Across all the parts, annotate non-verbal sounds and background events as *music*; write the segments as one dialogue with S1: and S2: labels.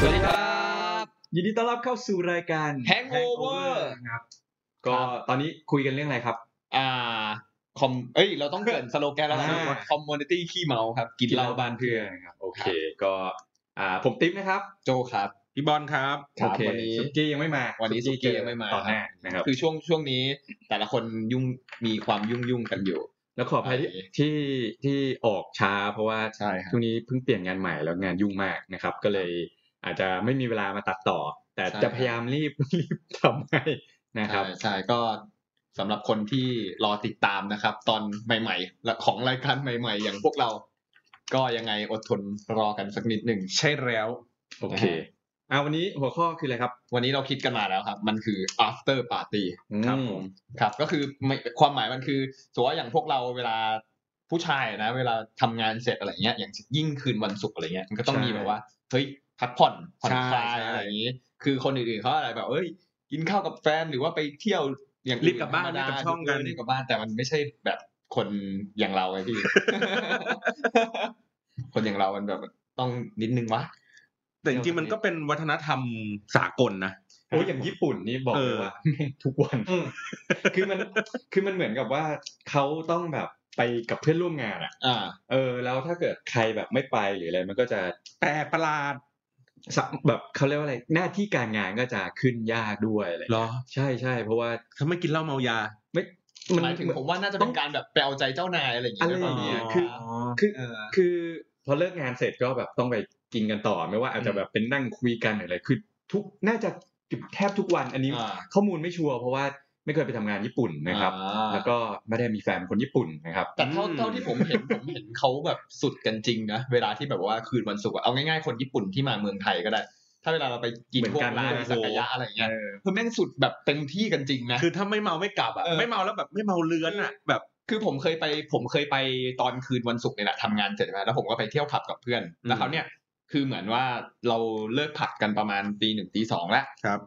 S1: สวัสดีครับ
S2: ยินดีต้อนรับเข้าสู่รายการ
S1: Hangover
S2: Hangover ครับ
S1: ค
S2: ก็
S1: รับ
S2: ตอนนี้คุยกันเรื่องอะไรครับ
S1: อ่าคอมเอ้ย เราต้องเกรินสโลแกนแล้วนะ
S2: อ่า
S1: คอมมูนิตี้ขี้เมาครับ กินเหล้าบ้านเพื่อน
S2: ครับ โอเค ก็อ่าผมติ๊บนะครับ
S1: โจครับ
S3: พี่บอลครับ
S1: ครับ
S2: โอเ
S1: วันนี้
S2: สุกี้ยังไม่มา
S1: วันนี้สุกี้ยังไม่มา
S2: ต่อหน้านะครับ
S1: คือช่วงช่วงนี้แต่ละคนยุ่งมีความยุ่งยุ่งๆกันอยู่
S2: แล้วขออภัยที่
S1: โอเค
S2: ที่ที่ออกช้าเพราะว่า
S1: ใช่ครับ
S2: ช่วงนี้เพิ่งเปลี่ยนงานใหม่แล้วงานยุ่งมากนะครับ ก็เลยอาจจะไม่มีเวลามาตัดต่อ แต่
S1: ใช่
S2: จะพยายามรีบ *laughs* รีบทำให้นะครับ
S1: ใช่ใช่ก็สำหรับคนที่รอติดตามนะครับ ตอนใหม่ๆและของรายการใหม่ ๆ อย่างพวกเรา ก็ยังไงอดทนรอกันสักนิดหนึ่ง
S3: ใช่แล้ว
S2: โอเคอ่าวันนี้หัวข้อคืออะไรครับ
S1: วันนี้เราคิดกันมาแล้วครับ มันคือ after party
S3: ครับ
S2: อื
S3: ผม
S1: ครับก็คือไม่ความหมายมันคือสมมติว่าอย่างพวกเราเวลาผู้ชายนะ เวลาทำงานเสร็จอะไรเงี้ยอย่างยิ่งคืนวันศุกร์อะไรเงี้ยมันก็ต้องมีแบบว่าเฮ้ยพักผ่อนผ่อนคลาย
S3: ใช่ใช่
S1: อะไรอย่างนี้ คือคนอื่นๆเขาอะไรแบบเอ้ยกินข้าวกับแฟนหรือว่าไปเที่ยวอย่าง
S3: รีบกลับบ้าน
S1: ธรรม
S3: รี
S1: ด
S3: บกลับช่องกัน
S1: เรีบกลับบ้านแต่มันไม่ใช่แบบคนอย่างเราไงพี่ *laughs* คนอย่างเรามันแบบต้องนิดนึงวะ
S3: แต่จริงๆมันก็เป็นวัฒนธรรมสากลนะ
S2: โอ้ยอย่างญี่ปุ่นนี่บอก
S3: เอ
S2: เล
S3: อ
S2: ยว่าแม่งทุกวัน
S1: อืม
S2: คือมัน *laughs* คือมันเหมือนกับว่าเขาต้องแบบไปกับเพื่อนร่วมงานอ่ะ
S1: อ่า
S2: เออ แล้วถ้าเกิดใครแบบไม่ไปหรืออะไรมันก็จะ
S3: แปลกประหลาด
S2: สะแบบเขาเรียกว่าอะไรหน้าที่การงานก็จะขึ้นยากด้วยอะไร
S3: เหรอ
S2: ใช่ใช่เพราะว่า
S3: ทำไมกินเหล้าเมายา
S2: มัน
S1: หมายถึงผมว่าน่าจะเป็นการแบบไปเอาใจเจ้านายอะไรอย่างเงี้ย
S2: อะไรอย่างเงี้ยคือ
S3: คือ
S1: เออ
S2: คือพอเลิกงานเสร็จก็แบบต้องไปกินกันต่อไม่ว่าอาจจะแบบเป็นนั่งคุยกันหรืออะไรคือทุกน่าจะเกือบแทบทุกวันอันนี้
S1: อ่า
S2: ข้อมูลไม่ชัวร์เพราะว่าไม่เคยไปทำงานญี่ปุ่นนะครับ
S1: อ่า
S2: แล้วก็ไม่ได้มีแฟนเป็นคนญี่ปุ่นนะครับ
S1: แต่เท่า
S3: อืม
S1: เท่าที่ผมเห็น *laughs* ผมเห็นเขาแบบสุดกันจริงนะเวลาที่แบบว่าคืนวันศุกร์อะเอาง่ายๆคนญี่ปุ่นที่มาเมืองไทยก็ได้ ถ้าเวลาเราไปกิน
S2: เหมือน
S1: พว
S2: กั
S1: ก
S2: น
S1: ร้าน
S2: เลย
S1: อิสักายะอะไรอย่างเงี้ย
S2: เออ
S1: คือแม่งสุดแบบเต็มที่กันจริงนะ
S3: คือถ้าไม่เมาไม่กลับอ่ะ
S1: เออ
S3: ไม่เมาแล้วแบบไม่เมาเลื้อนอ่ะ แบบ
S1: คือผมเคยไปผมเคยไปตอนคืนวันศุกร์เนี่ยแหละทำงานเสร็จมาแล้วผมก็ไปเที่ยวผับกับเพื่อน แล้วเขาวเนี่ยคือเหมือนว่าเราเลิกผับกันประมาณตีหนึ่งตีสองแล้ว
S3: ครับ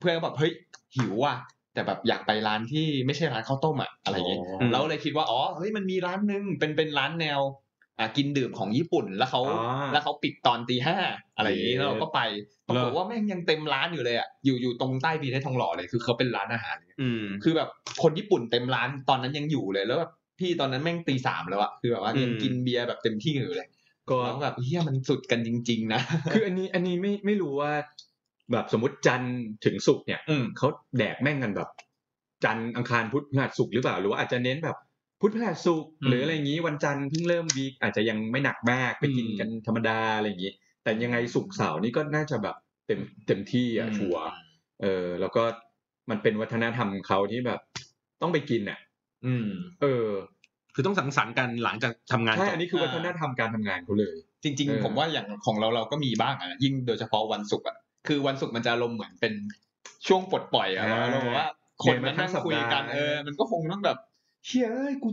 S1: เพื่อนก็แบบเฮ้ยหิวว่ะแต่แบบอยากไปร้านที่ไม่ใช่ร้านข้าวต้มอ่ะอะไรอย่างเงี้ย
S2: อ๋อ
S1: เราเลยคิดว่าอ๋อเฮ้ยมันมีร้านหนึงเป็นเป็นร้านแนวอ่ะกินดื่มของญี่ปุ่นแล้วเขา
S2: อ๋อ
S1: แล้วเขาปิดตอนตีห้าอะไรอย่างงี้
S2: เย้
S1: แล้วเราก็ไปปรากฏ
S3: เหรอ
S1: ว่าแม่งยังเต็มร้านอยู่เลยอ่ะอยู่อยู่ตรงใต้บีเทสทองหล่อเลยคือเขาเป็นร้านอาหาร
S3: อืม
S1: คือแบบคนญี่ปุ่นเต็มร้านตอนนั้นยังอยู่เลยแล้วแบบพี่ตอนนั้นแม่งตีสามแล้วอ่ะคือแบบว่ายัง
S3: อืม
S1: กินเบียร์แบบเต็มที่อยู่เลย
S2: ก็
S1: แล้วแบบเฮียมันสุดกันจริง ๆ นะ
S2: คืออันนี้อันนี้ไม่ไม่รู้ว่า แบบสมมติจันทร์ถึงศุกร์เนี่ย
S1: อืม
S2: เขาแดกแม่งกันแบบ จันทร์อังคารพุธพฤหัสศุกร์หรือเปล่า หรือว่าอาจจะเน้นแบบพุธพฤหัสศุกร์
S1: อืม
S2: หรืออะไรอย่างนี้วันจันทร์เพิ่งเริ่มวีคอาจจะยังไม่หนักมากไปกิน
S1: อืม
S2: กันธรรมดาอะไรอย่างนี้ แต่ยังไงศุกร์เสาร์นี่ก็น่าจะแบบเต็มเต็มที่อ่ะ
S1: อืม
S2: ชัวร์เออ แล้วก็มันเป็นวัฒนธรรมเขาที่แบบต้องไปกินอ่ะ
S1: อืม
S2: เออ
S3: คือต้องสังสรรค์กันหลังจากทำงาน
S2: ใช่
S3: จบ
S2: อันนี้คือวัฒนธรรมการทำงานเขาเลย
S1: จริง
S2: เออ
S1: ๆ ผมว่าอย่างของเราเราก็มีบ้างอะนะยิ่งโดยเฉพาะวันศุกร์อะคือวันศุกร์มันจะอารมณ์เหมือนเป็นช่วงปลดปล่อยอะอารมณ์แบบว่าคนมันนั่งคุยกันเออมันก็คงต้องแบบเฮ้ยเอ้ยกู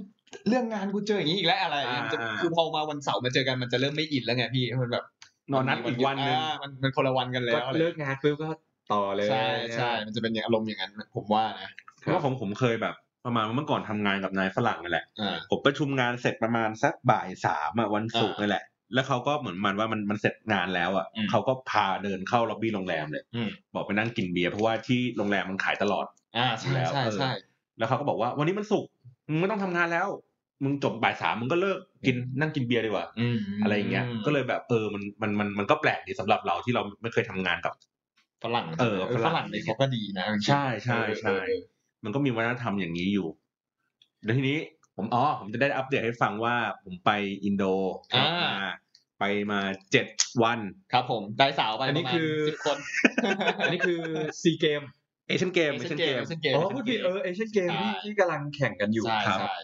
S1: เรื่องงานกูเจออย่างนี้อีกแล้วอะไรอย่างเงี้ยมันจะคือพอมาวันเสาร์มาเจอกันมันจะเริ่มไม่อินแล้วไงพี่มันแบบ
S3: นอนนัดอีกวันหนึ่ง
S1: อ่ามันมันคนละวันกันแล้
S2: ก็
S1: วอะไร
S2: เลิกงานปุ๊บก็ต่อเลย
S1: ใช่ใช่มันจะเป็นอย่างอารมณ์อย่างนั้นผมว่านะ
S3: เพราะว่าของผมเคยแบบ ประมาณว่าเมื่อก่อนทำงานกับนายฝรั่งนั่นแหละ
S1: อ่า
S3: ผมประชุมงานเสร็จประมาณสักบ่ายสามอะวันศุกร์นั่นแหละ แล้วเขาก็เหมือนมันว่ามันมันเสร็จงานแล้วอ่ะ
S1: อืม
S3: เขาก็พาเดินเข้าล็อบบี้โรงแรมเลย
S1: อืม
S3: บอกไปนั่งกินเบียร์เพราะว่าที่โรงแรมมันขายตลอด
S1: อ่าใช่ใช่ใช่
S3: แล้วเขาก็บอกว่าวันนี้มันศุกร์มึงไม่ต้องทำงานแล้ว มึงจบบ่ายสามมึงก็เลิกกินนั่งกินเบียร์ดีกว่า
S1: อืม
S3: อะไรอย่างเงี้ย ก็เลยแบบเออมันมันมันมันก็แปลกดีสำหรับเราที่เราไม่เคยทำงานกับ
S1: ฝรั่ง
S3: เออ
S1: ฝ
S3: ฝรั่ง
S1: รั่งนี่เขาก็ดีนะ
S3: ใช่ใช่ใช่
S1: เออเออเออ
S3: มันก็มีวัฒนธรรมอย่างนี้อยู่แล้วทีนี้ผมอ๋อผมจะได้อัปเดตให้ฟังว่าผมไปอินโด
S1: อ่า
S3: มาไปมาเจ็ดวัน
S1: ครับผมได้สาวไป
S2: อันนี้
S1: ประมาณ
S2: คือ
S1: สิบคน
S2: อันนี้คือซีเกม
S3: เอเชียนเกมเอเชียนเกม
S1: Asian Games
S2: อ๋อพูดผิดเออเอเชียนเกม
S1: ใช่
S2: ที่ที่กำลังแข่งกันอยู่
S1: ใช่
S3: ครับ
S1: ใช่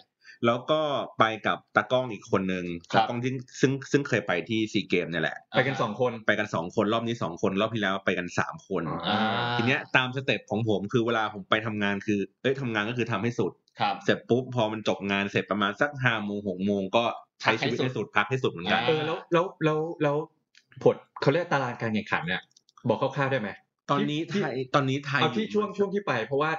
S3: แล้วก็ไปกับตากล้องอีกคนนึง
S1: ครับ
S3: ตากล้องที่ซึ่งซึ่งเคยไปที่ซีเกมเนี่ยแหละ
S2: ไปกันสองคน
S3: ไปกันสองคนรอบนี้สองคนรอบที่แล้วไปกันสามคน
S2: อ๋อ
S1: อ่า
S3: ทีเนี้ยตามสเต็ปของผมคือเวลาผมไปทำงานคือ เอ้ยทำงานก็คือทำให้สุด
S1: ครับ
S3: เสร็จปุ๊บพอมันจบงานเสร็จประมาณสักห้าโมงหกโมงก็ใช้ชีวิต
S1: พักให้สุด
S3: ให้สุดพักให้สุดเหมือนกัน
S1: อ่า
S2: เออแล้วแล้วแล้วแล้วผลเขาเรียกตารางการแข่งขันเนี่ยบอกคร่าวๆได้ไหม
S3: ตอนนี้
S2: ที่
S3: ไทยตอนนี้ไทย
S2: เอาที่ช่วงช่วงที่ไปเพราะว่า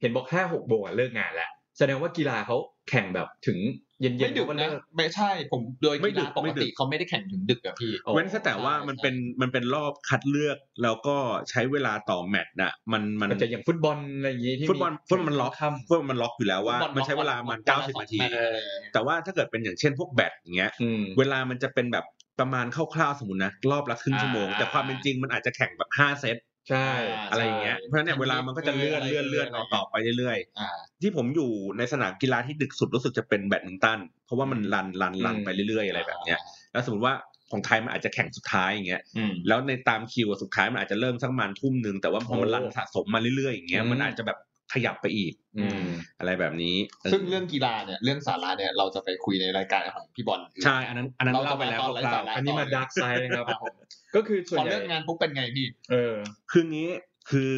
S2: เห็นบอกห้าหกโมงอะเลิกงานแล้ว แสดงว่ากีฬาเขาแข่งแบบถึง เย็นๆ
S1: ไม่ดึก
S2: เขา
S1: นะ
S2: เลิ
S1: ไม่ใช่ผมโดย
S3: ไม่
S1: กี
S3: ดึ
S1: ฬาก ป
S3: ไม่
S1: ก
S3: ดึก
S1: ติเขาไม่ได้แข่งถึงดึกอะพี่
S2: โอ้
S3: เว้นแต่ว่ามันเป็นมันเป็นรอบคัดเลือกแล้วก็ใช้เวลาต่อแมตช์น่ะมันมัน
S2: มันจะอย่างฟุตบอลอะไรอย่างงี้ที่
S3: ฟุตบอลฟุตบอลมันล็อก
S2: ค่
S3: เพื่อมันล็อกอยู่แล้วว่า
S1: ฟุตบอล
S3: มันใช้เวลามัน
S1: ล็อก
S3: 90 นาที
S1: เออ
S3: แต่ว่าถ้าเกิดเป็นอย่างเช่นพวกแบตอย่างเงี้ย
S2: ำอืม
S3: เวลามันจะเป็นแบบประมาณคร่าวๆสมมตินะ รอบละครึ่งชั่วโมง
S1: อ่า
S3: แต่ความเป็นจริงมันอาจจะแข่งแบบ 5 เซต
S2: ใช่
S3: อะไรอย่างเงี้ย
S1: ใช่
S3: เพราะฉะนั้นเนี่ยเวลามันก็จะเลื่อนเลื่อนเลื่อนออกต่อไปเรื่อย
S1: อ่า
S3: ๆ ที่ผมอยู่ในสนามกีฬาที่ดึกสุดรู้สึกจะเป็นแบดมินตัน เพราะว่ามันรันรันรัน
S2: อืม
S3: ไปเรื่อยๆอะไรแบบเนี้ยแล้วสมมติว่าของไทยมันอาจจะแข่งสุดท้ายอย่างเงี้ย
S1: อืม
S3: แล้วในตามคิวอะสุดท้ายมันอาจจะเริ่มสักประมาณทุ่มหนึ่งแต่ว่าพอมันรันสะสมมาเรื่อยๆอย่างเงี้ย
S2: อืม
S3: มันอาจจะแบบขยับไปอีก
S2: อืม
S3: อะไรแบบนี้
S1: ซึ่งเรื่องกีฬาเนี่ยเรื่องสาระเนี่ยเราจะไปคุยในรายการของพี่บอล
S3: ใช่อันนั้น อันนั้น
S1: เราจะ
S3: เล่าไปแล้ว
S1: มาตอน
S3: คร่าว
S1: ไร้สระ
S2: อันนี้มาดาร์กไซด์นะครับ
S1: ครับผม
S2: ก็คือส่วน
S1: พอ
S2: ใหญ่
S1: เลิกงานปุ๊บเป็นไงพี่
S2: เออ
S3: ๆคืองี้คือ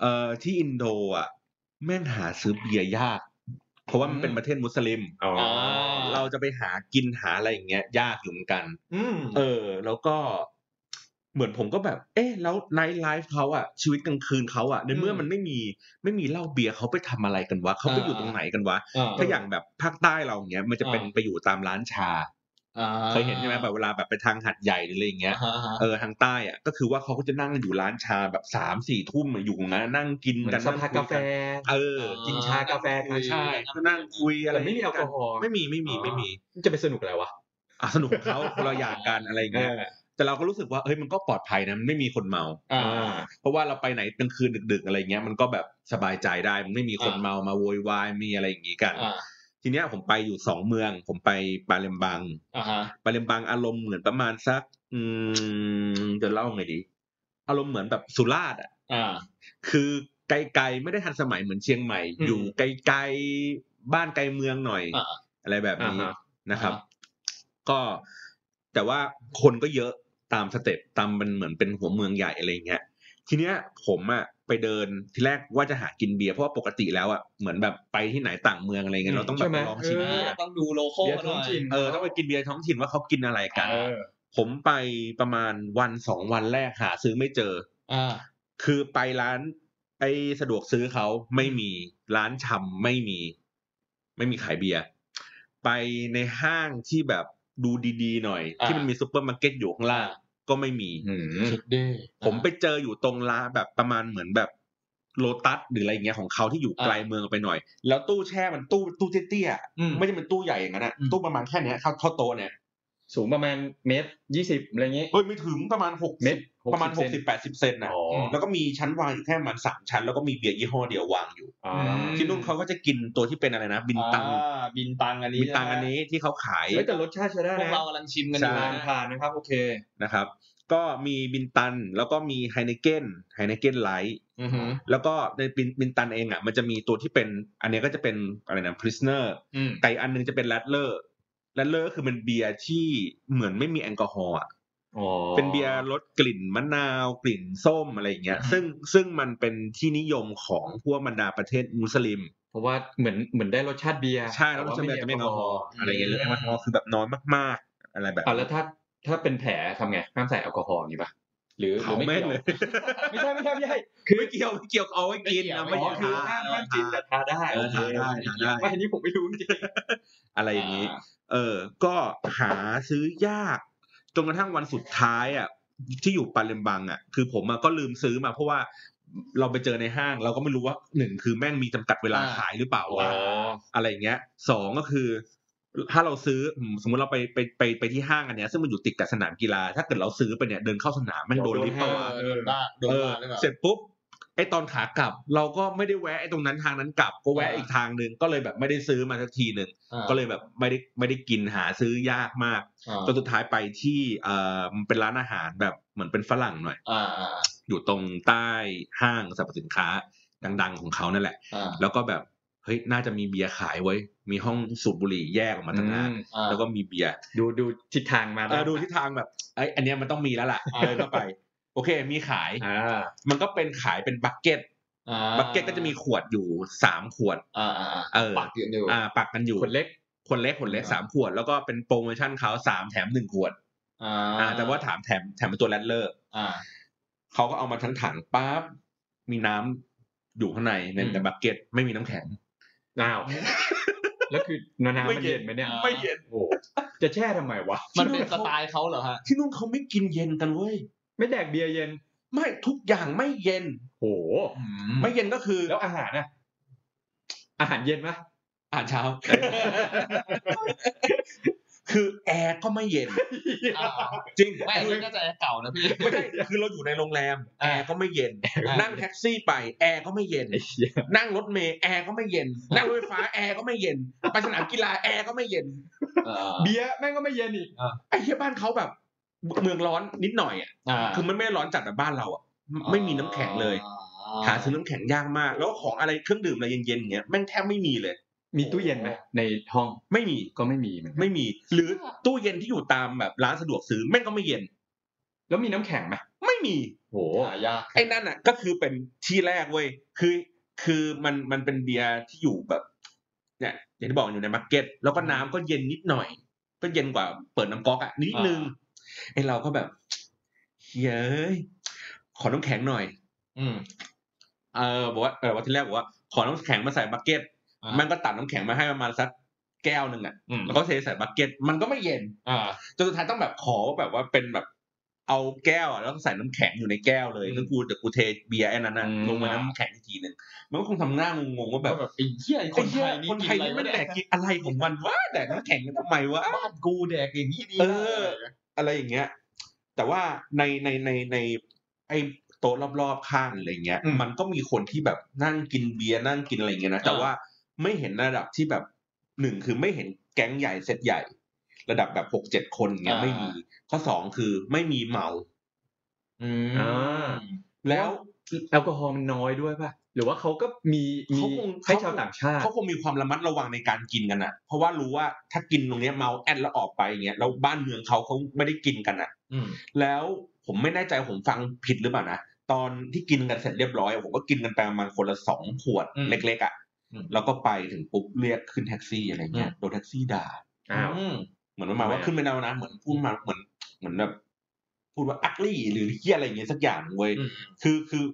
S3: เอ่อที่อินโดอ่ะแม่งหาซื้อเบียร์ยาก เพราะว่ามันเป็นประเทศมุสลิม
S2: อ๋อ
S1: อ่า
S3: เราจะไปหากินหาอะไรอย่างเงี้ยยากอยู่เหมือนกัน
S2: อืม
S3: เออ แล้วก็เหมือนผมก็แบบ เอ๊ะ แล้วไนท์ไลฟ์เขาอะชีวิตกลางคืนเขาอะในเมื่อมันไม่มีไม่มีเหล้าเบียร์เขาไปทำอะไรกันวะเขาไปอยู่ตรงไหนกันวะ ถ้าอย่างแบบภาคใต้เราอย่างเงี้ยมันจะเป็น
S1: อ่า
S3: ไปอยู่ตามร้านชา
S1: อ่า
S3: เคยเห็นใช่ไหมแบบเวลาแบบไปทางหัดใหญ่หรืออะไรอย่างเงี้ย
S1: อ่าฮะฮะ
S3: เออทางใต้อ่ะก็คือว่าเขาก็จะนั่งอยู่ร้านชาแบบสามสี่ทุ่มอะอยู่ตรงนั้นนั่งกิน
S2: เหมือ
S3: กัน
S2: นสภากาแฟ
S3: นั่งคุยนเออ
S1: อ่ากิ
S3: กินชากาแฟกันใช่
S1: นั่งคุย
S3: ก็นั่งคุยอะไร
S2: แต่ไม่มีแอลกอฮอล์
S3: ไม่มีไม่มีไม่มี
S2: จะไปสนุกอะไรวะ
S3: อ่ะสนุกของเขาคนละอย่างกันอะไรอย่าง
S2: เอ
S3: เงี้ย
S2: อ
S3: แต่เราก็รู้สึกว่าเฮ้ยมันก็ปลอดภัยนะมันไม่มีคนเมา
S1: อ่า
S3: เพราะว่าเราไปไหนกลางคืนดึก ๆ อะไรเงี้ยมันก็แบบสบายใจได้มันไม่มีคน
S1: อ่า
S3: เมามาโวยวายมีอะไรอย่างงี้กัน
S1: อ่า
S3: ทีเนี้ยผมไปอยู่สองเมือง ผมไปปาเลมบัง
S1: อ่าฮะ
S3: ปาเลมบังอารมณ์เหมือนประมาณสัก อืมจะเล่าไงดี อารมณ์เหมือนแบบสุราษฎร์อ่ะ
S1: อ่า
S3: คือไกลๆไม่ได้ทันสมัยเหมือนเชียงใหม่
S2: อืม
S3: อยู่ไกลๆบ้านไกลเมืองหน่อย
S1: อ่า
S3: อะไรแบบนี้
S2: อ่าฮะ
S3: นะครับ
S1: อ่า
S3: ก็แต่ว่าคนก็เยอะตามสเต็ปตามมันเหมือนเป็นหัวเมืองใหญ่อะไรอย่างเงี้ย ทีเนี้ยผมอ่ะไปเดินทีแรกว่าจะหากินเบียร์เพราะว่าปกติแล้วอ่ะเหมือนแบบไปที่ไหนต่างเมืองอะไรเงี้ยเราต้องแบ
S2: ใช่
S3: บ
S2: ไหม
S3: ลองชิม
S2: เออ
S3: เบียร์
S1: ต้องดูโลโก้
S2: เบียร์
S1: ห
S2: ท้
S1: น่
S2: อง
S1: อย
S2: ถิ่น
S3: เออต้องไปกินเบียร์ท้องถิ่นว่าเขากินอะไรกัน
S2: เออ
S3: ผมไปประมาณวันสองวันแรกหาซื้อไม่เจอ
S1: อ่า
S3: คือไปร้านไอ้สะดวกซื้อเขาไม่มีร้านชำไม่มี ไม่มีขายเบียร์ไปในห้างที่แบบดูดีๆหน่อย
S1: อ่า
S3: ที่มันมีซูเปอร์มาร์เก็ตอยู่ข้างล่างก็ไม่มี
S2: อืม
S1: ชุดเด้
S3: ผมไปเจออยู่ตรงร้านแบบประมาณเหมือนแบบโลตัสหรืออะไรเงี้ยของเขาที่อยู่ไกล
S1: อ่า
S3: เมืองออกไปหน่อย แล้วตู้แช่มันตู้ตู้เตี้ยๆอะ
S2: อืม
S3: ไม่ใช่เป็นตู้ใหญ่อย่างนั้นอะตู้ประมาณแค่เนี้ยเท่าเท่าโตะเนี่ย
S2: สูงประมาณเมตรยี่สิบอะไรเงี้ย
S3: เฮ้ยไม่ถึงประมาณหก
S2: เม
S3: สิบ
S2: ตร
S3: ประมาณหกสิบ
S2: เซน
S3: แปดสิบเซนนะ
S2: อ๋อ
S3: แล้วก็มีชั้นวางอยู่แค่ประมันสามชั้น แล้วก็มีเบียร์ยี่ห้อเดียววางอยู่
S2: อ่า
S1: อืม
S3: ที่นู่นเขาก็จะกินตัวที่เป็นอะไรนะ บินตัง
S1: อ่าบินตังอันนี้
S3: บินตังอันนี้ที่เขาขาย
S2: เฮ้ยแต่รสชาติใช้ได้
S1: พวก
S2: นะ
S1: เรากำลังชิมกันอ
S3: ใช่
S1: ยู่นะ
S2: ผ่านผ่านนะครับ โอเค
S3: นะครับ ก็มีบินตันแล้วก็มีไฮเนเกนไฮเนเกนไลท์
S1: อือฮึ
S3: แล้วก็ในบินบินตันเองอ่ะมันจะมีตัวที่เป็น อันเนี้ยก็จะเป็นอะไรนะ prisoner
S1: อืม
S3: แต่อีกอันหนึงจะเป็นแรดเลอร์แรดเลอร์ก็คือเป็นเบียร์ที่เหมือนไม่มีแอลกอฮอล์อะ
S2: อ๋อ
S3: เป็นเบียร์รสกลิ่นมะนาวกลิ่นส้มอะไรอย่างเงี้ย
S1: อือฮึ
S3: ซึ่งซึ่งมันเป็นที่นิยมของพวกบรรดาประเทศมุสลิม
S2: เพราะว่าเหมือนเหมือนได้รสชาติเบียร์
S3: ใช่แล้วมันจะไม่จะไม่แอลกอฮอล์อะไรอย่างเงี้ยหรือแอลกอฮอล์คือแบบน้อยมาก ๆ อะไรแบบ
S2: อ่ะแล้วถ้าถ้าเป็นแผลทำไงห้ามใส่แอลกอฮอล์อย่างนี้ปะหรือหรื
S3: เผา
S2: อไม่
S3: แม่ง
S2: เกี่ยว
S3: เลย
S2: ไม่ใช่ไม่ใช่ไม่ใช่คือ
S3: ไม่เกี่ยวไม่เกี่ยวเอาไว้กินนะ
S1: ไม่
S3: ไม่
S1: เกี่ย
S2: คือ
S3: เกี่ยว ว
S2: ห้ามห้ามจินแต่ทาได้
S3: เออทาได้ทาได้
S2: ไม่อันนี้ผมไม่รู้จริง
S3: อะไรอย่างงี้ เออ ก็หาซื้อยากจนกระทั่งวันสุดท้ายอ่ะที่อยู่ปาเลมบังอ่ะคือผมอะก็ลืมซื้อมา เพราะว่าเราไปเจอในห้าง เราก็ไม่รู้ว่าหนึ่งคือแม่งมีจำกัดเวลาขายหรือเปล่า
S2: อ๋อ
S3: วะ อะไรอย่างเงี้ยสองก็คือ ถ้าเราซื้ออืมสมมติเราไปไปไปไปที่ห้างอันเนี้ยซึ่งมันอยู่ติดกับสนามกีฬา ถ้าเกิดเราซื้อไปเนี่ยเดินเข้าสนามแม่งโดนลิฟต์
S1: เอ
S3: ปะ
S1: อ
S3: วะ
S1: โดนบ้าโดน
S3: เออ
S1: บ้าหรือเปล่า
S3: เสร็จปุ๊บไอตอนขากลับ เราก็ไม่ได้แวะไอตรงนั้นทางนั้นกลับก็แวะ
S1: อ่า
S3: อีกทางหนึ่งก็เลยแบบไม่ได้ซื้อมาสักทีหนึ่ง
S1: อ่า
S3: ก็เลยแบบไม่ได้ไม่ได้กินหาซื้อยากมาก
S1: อ่า
S3: จนสุดท้ายไปที่เอ่อมันเป็นร้านอาหารแบบเหมือนเป็นฝรั่งหน่อย
S1: อ่าอ่า
S3: อยู่ตรงใต้ห้างสรรพสินค้าดัง ๆ ของเขานั่นแหละ
S1: อ่า
S3: แล้วก็แบบเฮ้ยน่าจะมีเบียร์ขายไว้ยมีห้องสูบบุหรี่แยกออกมาต่างหาก
S1: อ่า
S3: แล้วก็มีเบียร์
S2: ดูดูทิศทางมานะ
S3: เออดูทิศทางแบบไอยอันเนี้ยมันต้องมีแล้วล่ะ
S1: อ่า
S3: เดินเข้าไป โอเค มีขาย
S2: อ่า
S3: มันก็เป็นขายเป็นบักเก็ต
S1: อ่า
S3: บักเก็ตก็จะมีขวดอยู่สามขวด
S1: อ่าอ่าอ่า
S3: เออ
S1: ปักอยู่อยู่
S3: อ่าปักกันอยู่
S2: ขวดเล็ก
S3: ขวดเล็กขวดเล็ก
S1: อ่า
S3: สามขวด แล้วก็เป็นโปรโมชั่นเขาสามแถมหนึ่งขวด
S1: อ่า
S3: อ่าแต่ว่าถามแถมแถมเป็นตัวแรดเลอร์
S1: อ่า
S3: เขาก็เอามาทั้งถังปั๊บมีน้ำอยู่ข้างในใน
S1: อืม
S3: แต่บักเก็ตไม่มีน้ำแข็ง
S2: อ้าว *laughs* แล้วคือนานามันเย็นไหมเนี่ย
S1: อ่า
S3: ไม่เย็น
S2: โอ้โหจะแช่ทำไมวะ
S1: มันเป็นสไตล์เขาเหรอฮะ
S3: ที่นู่นเขาไม่กินเย็นกันเว้ย
S2: ไม่แดกเบียร์เย็น
S3: ไม่ทุกอย่างไม่เย็น
S2: โอ้โห
S3: ไม่เย็นก็คือ
S2: แล้วอาหารน่ะอาหารเย็นปะ
S1: อ่านเช้า
S3: คือแอร์ก็ไม่เย็น
S1: อ่า
S3: จริง
S1: ไม่อันนี้ก็จะแอร์เก่านะพี่
S3: ไม่ใช่คือเราอยู่ในโรงแรมแอร์ก็ไม่เย็น
S1: านั่
S3: นั่งแท็กซี่ไปแอร์ก็ไม่เย็น
S2: ไอ้เหี้ย
S3: นั่งรถเมล์แอร์ก็ไม่เย็น นั่งรถไฟฟ้าแอร์ก็ไม่เย็น ไปสนามกีฬาแอร์ก็ไม่เย็น
S2: เบียร์แม่งก็ไม่เย็นอีก
S3: ไอ้ที่บ้านเขาแบบเมืองร้อนนิดหน่อยอ่ะ
S1: อ่า
S3: คือมันไม่ได้ร้อนจัดแบบบ้านเราอ่ะ ไม่มีน้ำแข็งเลย หาซื้อน้ำแข็งยากมาก แล้วของอะไรเครื่องดื่มอะไรเย็นๆอย่างเงี้ยแม่งแทบไม่มีเลย
S2: มีตู้เย็นไหมในห้อง
S3: ไม่มี
S2: ก็ไม่มีเหมือนกัน
S3: ไม่มี หรือตู้เย็นที่อยู่ตามแบบร้านสะดวกซื้อแม่งก็ไม่เย็น
S2: แล้วมีน้ำแข็งไหม
S3: ไม่มี
S2: โอ้โห
S1: หายาก
S3: ไอ้นั่นอ่ะ ก็คือเป็นที่แรกเว้ย คือ คือมันมันเป็นเบียร์ที่อยู่แบบ เนี่ยอย่างที่บอกอยู่ในมาร์เก็ต แล้วก็น้ำก็เย็นนิดหน่อย ก็เย็นกว่าเปิดน้ำก๊อกอ่ะนิดนึงไอ้เราก็แบบเย้ยขอน้ำแข็งหน่อย
S1: อืม
S3: เออบอกว่าเออวันที่แรกบอกว่าขอน้ำแข็งมาใส่บักเก็ต
S1: อ่า
S3: มันก็ตัดน้ำแข็งมาให้ประมาณสักแก้วหนึ่งอ่ะ
S1: อืม
S3: แล้วก็เทใส่บักเก็ต มันก็ไม่เย็น
S1: อ่า
S3: จนสุดท้ายต้องแบบขอแบบว่าเป็นแบบ เอาแก้วอะแล้วก็ใส่น้ำแข็งอยู่ในแก้วเลย
S1: อืม
S3: แล้วกูแต่กูเทเบียร์ไอ้นั้นน่ะ
S2: อืม
S3: ลงมาน้ำแข็งอีกทีหนึ่งมันก็คงทำหน้างงๆว่าแบบ
S1: ก็แบบไอ้เหี้ยไอ้ค
S3: ไอ้
S1: นไท
S3: เหี้ย
S1: ยนี่
S3: คนไทยนี่
S1: กิอะร
S3: มัน
S1: วะ
S3: แดกกินอะไรของมันวะแดกน้ำแข็งกันทำไมวะ
S1: บ้านกูแดกอย่างนี้ดีนะ
S3: เออ อะไรอย่างเงี้ย แต่ว่าในในในในไอ้โต๊ะรอบๆข้างอะไรเงี้ย
S1: อืม
S3: มันก็มีคนที่แบบนั่งกินเบียร์นั่งกินอะไรเงี้ยนะ
S1: อ่า
S3: แต่ว่าไม่เห็นระดับที่แบบหนึ่งคือไม่เห็นแก๊งใหญ่เซตใหญ่ ระดับแบบหกเจ็ดคนเงี้ยไม่มี ข้อสองคือไม่มีเมา
S1: อืม
S2: อ่า
S3: แล้ว
S2: แอลกอฮอล์มันน้อยด้วยป่ะ หรือว่าเขาก็มีมี
S3: เขาคง
S2: ให้ชาวต่างชาติ
S3: เขาคงมีความระมัดระวังในการกินกันอ่ะ เพราะว่ารู้ว่าถ้ากินตรงเนี้ยเมาแอดแล้วออกไปอย่างเงี้ยแล้วบ้านเมืองเขาเขาไม่ได้กินกันอ่ะ
S1: อืม
S3: แล้วผมไม่แน่ใจผมฟังผิดหรือเปล่านะตอนที่กินกันเสร็จเรียบร้อยอะผมก็กินกันไปประมาณคนละสองขวด
S1: อืม
S3: เล็กๆอ่ะ
S1: อืม
S3: แล้วก็ไปถึงปุ๊บเรียกขึ้นแท็กซี่อะไรเงี้ย
S1: อืม
S3: โดนแท็กซี่ด่า
S2: อ้าว
S1: อืม
S3: เหมือนประมาณ
S2: ทำไม
S3: ว่า
S2: อะ
S3: ขึ้นไปแล้วนะเหมือนพูดมาเหมือนเหมือนแบบพูดว่าอักลี่หรือเฮียอะไรอย่างเงี้ยสักอย่างเว้ยคือคือ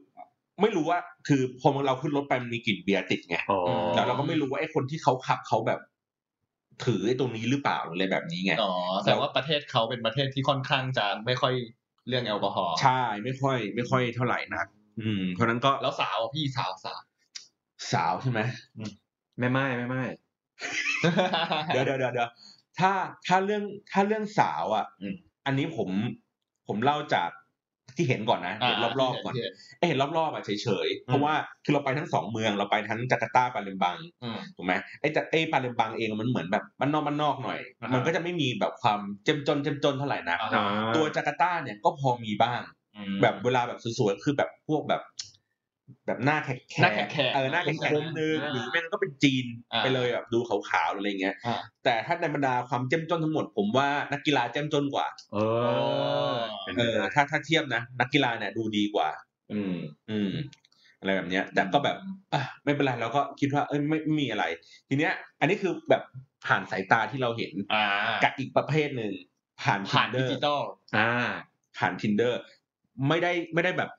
S3: ไม่รู้ว่า คือพอเราขึ้นรถไปมันมีกลิ่นเบียร์ติดไง
S2: อ๋อ
S3: แต่เราก็ไม่รู้ว่าไอ้คนที่เขาขับเขาแบบ ถือไอ้ตรงนี้หรือเปล่าหรืออะไรแบบนี้ไง
S1: อ๋อแต่ว่าประเทศเขาเป็นประเทศที่ค่อนข้างจะไม่ค่อยเรื่องแอลกอฮอล์
S3: ใช่ไม่ค่อย ไม่ค่อยเท่าไหร่นักอืมเพราะฉะนั้นก็
S1: แล้วสาวอะพี่สาวสาว
S3: สาวใช่ไหม
S2: แม่ไม้แม่ไม้
S3: เดี๋ยวเดี๋ยวเดี๋ยวเดี๋ยวถ้าถ้าเรื่องถ้าเรื่องสาวอ่ะ
S1: อืม
S3: อันนี้ผมผมเล่าจากที่เห็นก่อนนะเห็นรอบๆก่อนเอ้ยเห็นรอบๆอ่ะเฉยๆเพราะว่าคือเราไปทั้งสองเมืองเราไปทั้งจาการ์ตาปาเลมบัง
S1: อืม
S3: ถูกไหมไอ้จากไอ้ปาเลมบังเองมันเหมือนแบบมันนอกมันนอกหน่อย
S1: อ่ามั
S3: มันก็จะไม่มีแบบความเจ้มจนเจ้มจนเท่าไหร่นะ
S1: อ่า
S3: ตัวจาการ์ตาเนี่ยก็พอมีบ้าง
S1: อืม
S3: แบบเวลาแบบสวยๆคือแบบพวกแบบ แบบหน้าแขก
S1: หน้าแขกๆ
S3: เออหน้าแขก
S1: ค
S3: ค
S1: ม
S3: ม
S1: ๆ
S3: นึง
S1: อ่า
S3: หรือไม่งั้นก็เป็นจีน
S1: อ่า
S3: ไปเลยแบบดูขาวๆหรืออะไรเงี้ย
S1: อ่า
S3: แต่ถ้าในบรรดาความเจ้มจนทั้งหมดผมว่านักกีฬาเจ้มจนกว่า
S2: เอ
S1: เอ
S2: อ
S1: อ
S2: เป็น
S3: เอ
S2: ไป
S3: อ
S2: ได้
S3: ถ้าถ้าเทียบนะนักกีฬาเนี่ยดูดีกว่า
S2: อืม
S3: อืม อะไรแบบเนี้ย แต่ก็แบบอ่ะไม่เป็นไรเราก็คิดว่าเอ้ยไม่ไม่มีอะไร ทีเนี้ย อันนี้คือแบบผ่านสายตาที่เราเห็น
S1: อ่า
S3: กับอีกประเภทหนึ่งผ่าน
S1: ผ่าน
S3: Tinder
S1: ดิจิตอล
S2: อ่า
S3: ผ่าน tinder ไม่ได้ไม่ได้แบบ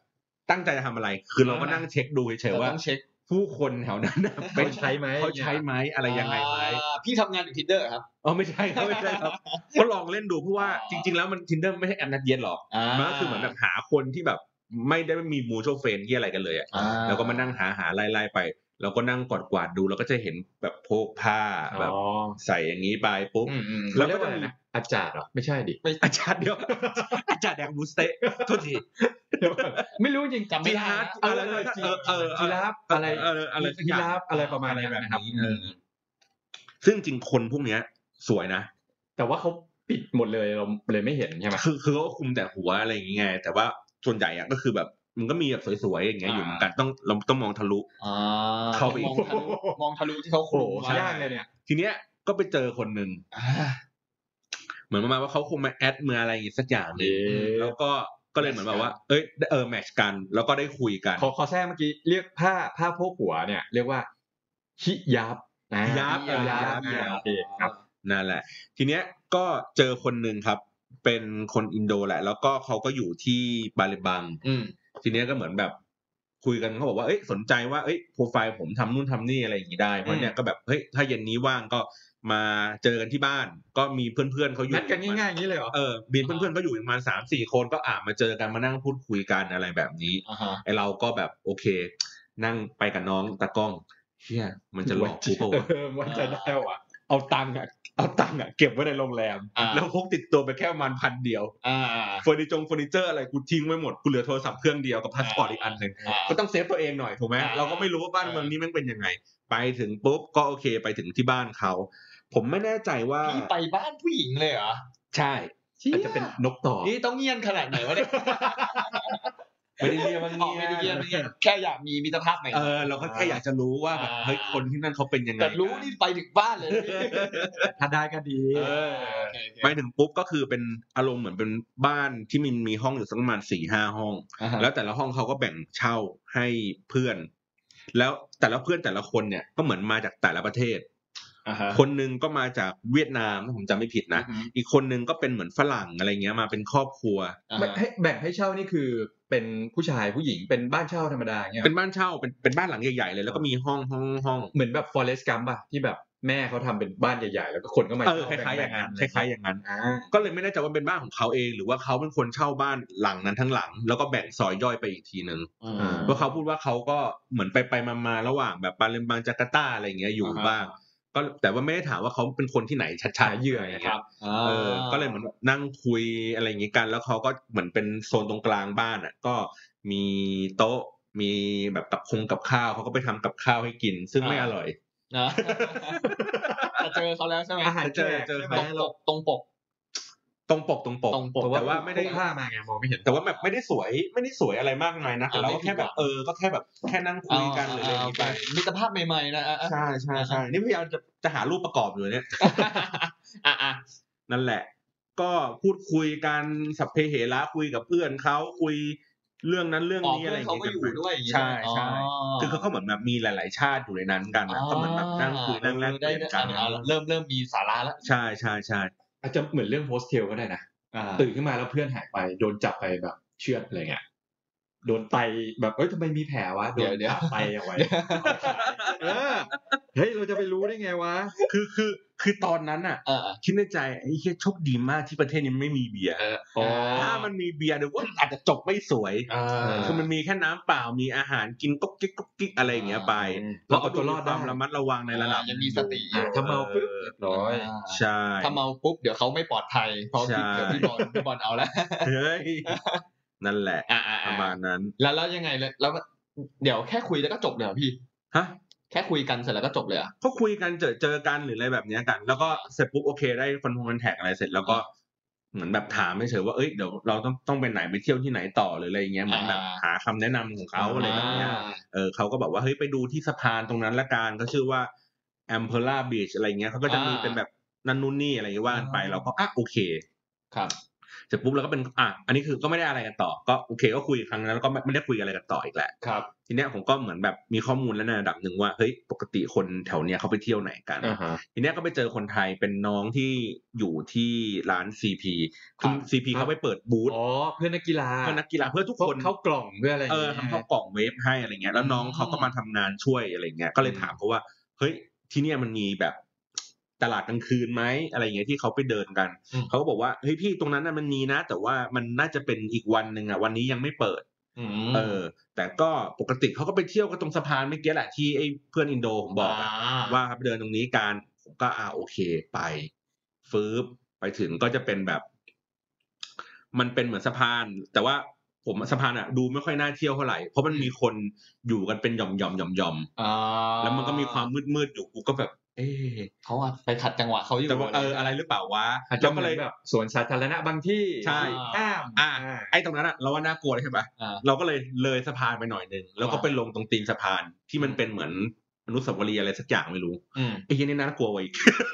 S3: ตั้งใจจะทำอะไร คือเราก็
S1: อ่านั่
S3: นั่งเช็คดูเฉย
S1: เรา
S3: ๆว่า
S1: ต้องเช็ค
S3: ผู้คนแถวนั้นน่ะ
S2: เขาใช้ไหม
S3: เขาใช้ไหมอะไรยังไงไหม
S1: อ่าพี่ทำงานอยู่ทินเดอร์ครับ
S3: อ๋อไม่ใช่ครับไม่ใช่ครับก็ลองเล่นดูเพราะว่า
S1: อ๋อ
S3: จริง ๆ แล้วมัน tinder ไม่ใช่แอปนัดเย็นหรอกมันก็คือเหมือนแบบหาคนที่แบบไม่ได้มีมูโชเฟนที่อะไรกันเลยอะ
S1: อ่
S3: แล้วก็มานั่งหาหาไล่ไล่ไป แล้วก็นั่งกอดกวาดดูแล้วก็จะเห็นแบบโพกผ้าแบบ
S2: อ๋อ
S3: ใส่อย่างนี้ไปปุ๊บ
S1: อืมอืม
S3: แล้
S2: แล้ว
S3: วก็
S2: ก็
S3: จะ
S2: อะไร
S3: มี
S2: นะอาจารย์เหรอไม่ใช่ดิ
S3: อาจารย์เดียว อาจารย์แดกบูสเต้โทษที
S2: เดี๋ยวก่อนไม่รู้จริง
S1: จำไม่
S3: จี
S1: ได้
S3: ฮาร์ด
S2: เอ
S3: อะไร
S2: อเออ
S3: เออเออเอ
S2: จี
S3: อ
S2: ราฟอะไร
S3: เอออะไรสักอ
S2: จี
S3: ย่าง
S2: ราฟอะไรประมาณนั้นนะครับ
S3: เออซึ่งจริงคนพวกเนี้ย สวยนะ
S2: แต่ว่าเขาปิดหมดเลยเราเลยไม่เห็นใช่ไหม
S3: คือคือเขาก็คุมแต่หัวอะไรอย่างเงี้ยแต่ว่าส่วนใหญ่อะก็คือแบบมันก็มีแบบสวยๆอย่างเงี้ยอยู่เหมือนกันต้องเราต้องมองทะลุ
S1: อ่า
S3: เข้าไปอี
S1: ม
S3: ก
S1: องทะลุมองทะลุที่เขาคลุม
S2: โอ้โห
S1: ไว้
S2: ใช่ยากเลยเนี่ย
S3: ทีเนี้ยก็ไปเจอคนหนึ่ง
S1: อ่า
S3: เหมือนประมาณว่าเขาคงมาแอดเมื่ออะไรอย่างงี้สักอย่างหนึ่งแล้วก็ก็เลยเหมือนแบบว่า เอ้ยเออแมทชกัน แล้วก็ได้คุยกัน
S2: ขอขอแทรกเมื่อกี้เรียกผ้าผ้าโพกหัวเนี่ย เรียกว่าฮิยับนะ
S3: ยับ
S2: ฮิยับ
S1: ฮิยับ
S2: อ่าโอเคครับ
S3: นั่นแหละ ทีเนี้ยก็เจอคนหนึ่งครับ เป็นคนอินโดแหละ แล้วก็เขาก็อยู่ที่บาลิบัง
S1: อืม
S3: ทีเนี้ยก็เหมือนแบบ คุยกันเขาบอกว่าเอ้ยสนใจว่าเอ้ยโปรไฟล์ผมทำนู่นทำนี่อะไรอย่างนี้ได้เพราะเนี่ยก็แบบเฮ้ยถ้าเย็นนี้ว่างก็มาเจอกันที่บ้าน ก็มีเพื่อนๆเขาอยู่
S2: นัดกันง่ายๆอย่างนี้เลยเหรอ
S3: เออบีนเพื่อนๆก็อยู่ประมาณสามสี่คนก็อ่ามาเจอกันมานั่งพูดคุยกันอะไรแบบนี้
S1: อ่าฮะ
S3: ไอเราก็แบบโอเค นั่งไปกับน้องตากล้องเฮียมันจะหลอกกูเปล่าวะ
S2: เออมันจะได้ว่ะเอาตังค์อะเอาตังค์อะเก็บไว้ในโรงแรม
S1: อ่า
S3: แล้วพกติดตัวไปแค่ประมาณพันเดียว
S1: อ่า
S3: เฟอร์นิจงเฟอร์นิเจอร์อะไรกูทิ้งไว้หมดกูเหลือโทรศัพท์เครื่องเดียวกับพาสปอร์ตอีกอันหนึ่ง
S1: อ่า
S3: ก็ต้องเซฟตัวเองหน่อยถูกไหม
S1: อ่า
S3: เราก็ไม่รู้ว่าบ้าน
S1: เออ
S3: เมืองนี้แมันเป็นยังไง ไปถึงปุ๊บก็โอเคไปถึงที่บ้านเขาผมไม่แน่ใจว่า
S1: พี่ไปบ้านผู้หญิงเลยเหรอ
S3: ใช่
S1: ชี่ย
S2: อาจจะเป็นนกต่อ
S1: นี่ต้องเงียนขนาดไหนวะ
S3: *laughs*
S1: เนี่ย
S3: ไม่ได้เรียกว่า
S1: ออกไม่ได้เงียนไม่เงียนแค่อยากมีมิตรภาพใหม่
S3: เออเราก็แค่อยากจะรู้ว่าแบบ
S1: อ่า
S3: เฮ้ยคนที่นั่นเขาเป็นยังไง
S1: แต่รู้
S3: กั
S1: นี่ไปถึงบ้านเลยนะพี่
S2: ถ้าได้ก็ดี
S1: เออโอเคโอเค
S3: *laughs* ไปถึงปุ๊บก็คือเป็นอารมณ์เหมือนเป็นบ้านที่มันมีห้องอยู่สักประมาณสี่ห้าห้อง
S1: อ่าฮะ
S3: แล้วแต่ละห้องเขาก็แบ่งเช่าให้เพื่อน แล้วแต่ละเพื่อนแต่ละคนเนี่ยก็เหมือนมาจากแต่ละประเทศ คนหนึ่งก็มาจากเวียดนามถ้าผมจำไม่ผิดนะ
S1: อือฮึ
S3: อีกคนหนึ่งก็เป็นเหมือนฝรั่งอะไรเงี้ยมาเป็นครอบครัว
S1: อ่า
S2: ไม่
S1: ฮะ
S2: ให้แบ่งให้เช่านี่คือเป็นผู้ชายผู้หญิงเป็นบ้านเช่าธรรมดาอย่างเงี้ย
S3: เป็นบ้านเช่าเป็นเป็นบ้านหลังใหญ่ๆเลยแล้วก็มีห้องห้องห้อง
S2: เหมือนแบบฟอเรสต์กัมป่ะที่แบบแม่เขาทำเป็นบ้านใหญ่ๆ แล้วก็คนก็มา
S3: เออคล้ายๆอย่างนั้นคล้ายๆอย่างนั้น
S2: อ่า
S3: ก็เลยไม่แน่ใจว่าเป็นบ้านของเขาเองหรือว่าเขาเป็นคนเช่าบ้านหลังนั้นทั้งหลัง แล้วก็แบ่งซอยย่อยไปอีกทีหนึ่ง เพราะเขาพูดว่าเขาก็เหมือนไปไปมามาระหว่างแบบปาเลมบังจาการ์ตาอะไรอย่างเงี้ยอยู่
S1: อ่าฮะ
S3: บ้าง ก็แต่ว่าไม่ได้ถามว่าเขาเป็นคนที่ไหนชั
S2: หา
S3: ดๆ
S2: เหยื่อไงครับ
S3: เออ ก็เลยเหมือนนั่งคุยอะไรอย่างงี้กัน แล้วเขาก็เหมือนเป็นโซนตรงกลางบ้านอ่ะ ก็มีโต๊ะมีแบบกับคงกับข้าวเขาก็ไปทำกับข้าวให้กิน ซึ่งไม่อร่อย *laughs*
S1: นะแต่เจอเขาแล้วใช่ไหม
S2: อาหารแจก
S3: เจอ
S2: ใช่ไห
S1: ต
S2: ม
S1: รงปกตรงปก
S3: ตรงปกตรงปก
S1: ตรงปก
S3: แต่ว่าไม่ได้
S2: พกผ้ามาไงมองไม่เห็น
S3: แต่ว่าแบบไม่ได้สวยไม่ได้สวยอะไรมากมายนะแต่เราก็แค่แบบเออก็แค่แบบแค่นั่งคุยกันหรืออะไรอย่างงี้ไป
S1: อ๋อมิตรภาพใหม่ๆนะอ่ะอ่ะ
S3: ใช่ใช่ใช่นี่พยายามจะจะหารูปประกอบอยู่เนี่ย
S1: อ่ะอ่ะ
S3: นั่นแหละ ก็พูดคุยกันสัพเพเหระคุยกับเพื่อนเขาคุยเรื่องนั้นเรื่อง
S1: อ๋อ
S3: นี้อะ
S1: เพื่
S3: ไร
S1: อ
S3: อ
S1: เขา
S3: น ย่าง
S1: ก็
S3: เงี้ย
S1: อยู่ด้วยอย่างงี้
S3: ใช่ใช่
S1: อ๋อ
S3: คือเขาก็เหมือนแบบมีหลาย ๆ ชาติอยู่ในนั้นกันนะก็เหมือนแบบนั่งคุยนั่งแลกเปลี่ยนกัน
S1: ได้ได้อ่ะเริ่มเริ่มมีสาระแล้ว
S3: ใช่ใช่ใช่
S2: อาจจะเหมือนเรื่องโฮสเทลก็ได้นะ ตื่นขึ้นมาแล้วเพื่อนหายไปโดนจับไปแบบเชือดอะไรเงี้ยโดนไตแบบเอ้ยทำไมมีแผลวะโดนจับไตเอาไว้เออเฮ้ยเราจะไปรู้ได้ไงวะ
S3: คือคือคือตอนนั้นอ่ะ
S1: เออ
S3: คิดในใจไอ้เฮียโชคดีมากที่ประเทศนี้ไม่มีเบียร์
S2: อ๋อ
S3: ถ้ามันมีเบียร์เดี๋ยวว่าอาจจะจบไม่สวย
S2: อ่า
S3: คือมันมีแค่น้ำเปล่ามีอาหารกินก๊อกกิ๊กก๊อกกิ๊กอะไรอย่างเงี้ยไป
S2: เราเอาตัวรอด
S3: ค
S2: ได้
S3: วามระมัดระวังในระดับ
S1: อ่ายังมีสติอยู่
S3: อ่
S2: ถ้าเมาปุ๊บเรียบร้อย
S1: อ่า
S3: ใช่
S1: ถ้าเมาปุ๊บเดี๋ยวเขาไม่ปลอดภัยเพราะ
S3: ใช่
S1: พี่เดี๋ยวพี่บอลพี่บอลเอาแล้ว
S3: เฮ้ยนั่นแหละ
S1: อ่ะอ่ะ
S3: ประมา
S1: อ่ะ
S3: ณนั้น
S1: แล้วแล้วยังไงเลยแล้วเดี๋ยวแค่คุยแล้วก็จบเลยเหรอพี่
S3: ฮะ
S1: แค่คุยกันเสร็จแล้วก็จบเลยเหรอ่ะ
S3: เขาคุยกันเจอเจอกันหรืออะไรแบบเนี้ยกัน แล้วก็เสร็จปุ๊บโอเคได้คอนโทรลแท็กอะไรเสร็จแล้วก็เหมือนแบบถามเฉยๆว่าเอ้ยเดี๋ยวเราต้องต้องไปไหนไปเที่ยวที่ไหนต่อหรืออะไรอย่างเงี้ยเหมือนแบบ
S1: อ่า
S3: หาคำแนะนำของเขาอะไรแบบเนี้ยเออเขาก็บอกว่าเฮ้ยไปดูที่สะพานตรงนั้นละกันก็ชื่อว่าแอมเพล่าบีชอะไรเงี้ยเขาก็จะมีเป็นแบบนั่นนู่นนี่อะไรอย่างเงี้ยว่ากันไปเราก็อ่ะโอเค
S1: ครับ
S3: เสร็จปุ๊บเราก็เป็นอ่ะอันนี้คือก็ไม่ได้อะไรกันต่อ ก็โอเคก็คุยครั้งนั้นแล้วก็ไม่ไม่ได้คุยอะไรกันต่ออีกแหละ
S1: ครับ
S3: ทีเนี้ยผมก็เหมือนแบบมีข้อมูลแล้วในระดับหนึ่งว่าเฮ้ยปกติคนแถวเนี้ยเขาไปเที่ยวไหนกัน
S2: อ่าฮะ
S3: ทีเนี้ยก็ไปเจอคนไทยเป็นน้องที่อยู่ที่ร้าน CP คือ
S1: ครับ
S3: CP
S2: ครับ
S3: เขาไปเปิดบูธ
S2: อ๋อเพื่อนนักกีฬา
S3: เพื่อนักกีฬาเพื่อทุก
S2: พวก
S3: คน
S2: เข้ากล่องเพื่ออะไรย่า
S3: เอง อ
S2: งี้ย
S3: ทำข้าวกล่องเวฟให้อะไรเงี้ยแล้วน้อง
S1: อืม
S3: เขาก็มาทำงานช่วยอะไรเงี้ยก็เลยถามเขาว่าเฮ้ยที่เนี่ยมันมีแบบตลาดกลางคืนไหมอะไรเงี้ยที่เขาไปเดินกัน
S2: อืม
S3: เขาก็บอกว่าเฮ้ยพี่ตรงนั้นน่ะมันมีนะ แต่ว่ามันน่าจะเป็นอีกวันหนึ่งอ่ะวันนี้ยังไม่เปิด
S1: อืม
S3: เออ แต่ก็ปกติเขาก็ไปเที่ยวก็ตรงสะพานเมื่อกี้แหละที่ไอ้เพื่อนอินโดผมบอกอะว่าครับเดินตรงนี้การผมก็อ่าโอเคไปฟืบไปถึงก็จะเป็นแบบ มันเป็นเหมือนสะพาน แต่ว่าผมสะพานอะดูไม่ค่อยน่าเที่ยวเท่าไหร่เพราะมันมีคนอยู่กันเป็นหย่อมหย่อมหย่อมหย่อม
S1: อ่า
S3: แล้วมันก็มีความมืดมืดๆอยู่กูก็แบบ เอ๊ะ
S1: เขาอาจไปขัดจังหวะเขาอยู่
S3: แต่ว่าเอออะไรหรือเปล่าวะ
S2: อาจจะ
S3: เราก็
S2: เล
S3: เลยย
S2: แบบสวนสาธารณะบางที่
S3: ใช่
S2: ห้าม
S3: อ่ะไอ้ตรงนั้นอะเราว่าน่ากลัวเลยใช่ปะ
S1: อ่า
S3: เราก็เลยเลยสะพานไปหน่อยหนึ่งแล้วก็
S1: อ่า
S3: ไปลงตรงตีนสะพานที่มันเป็นเหมือนอนุสาวรีย์อะไรสักอย่างไม่รู้
S1: อืม
S3: ไอ้เหี้ยนี่น่ากลัวไว้ย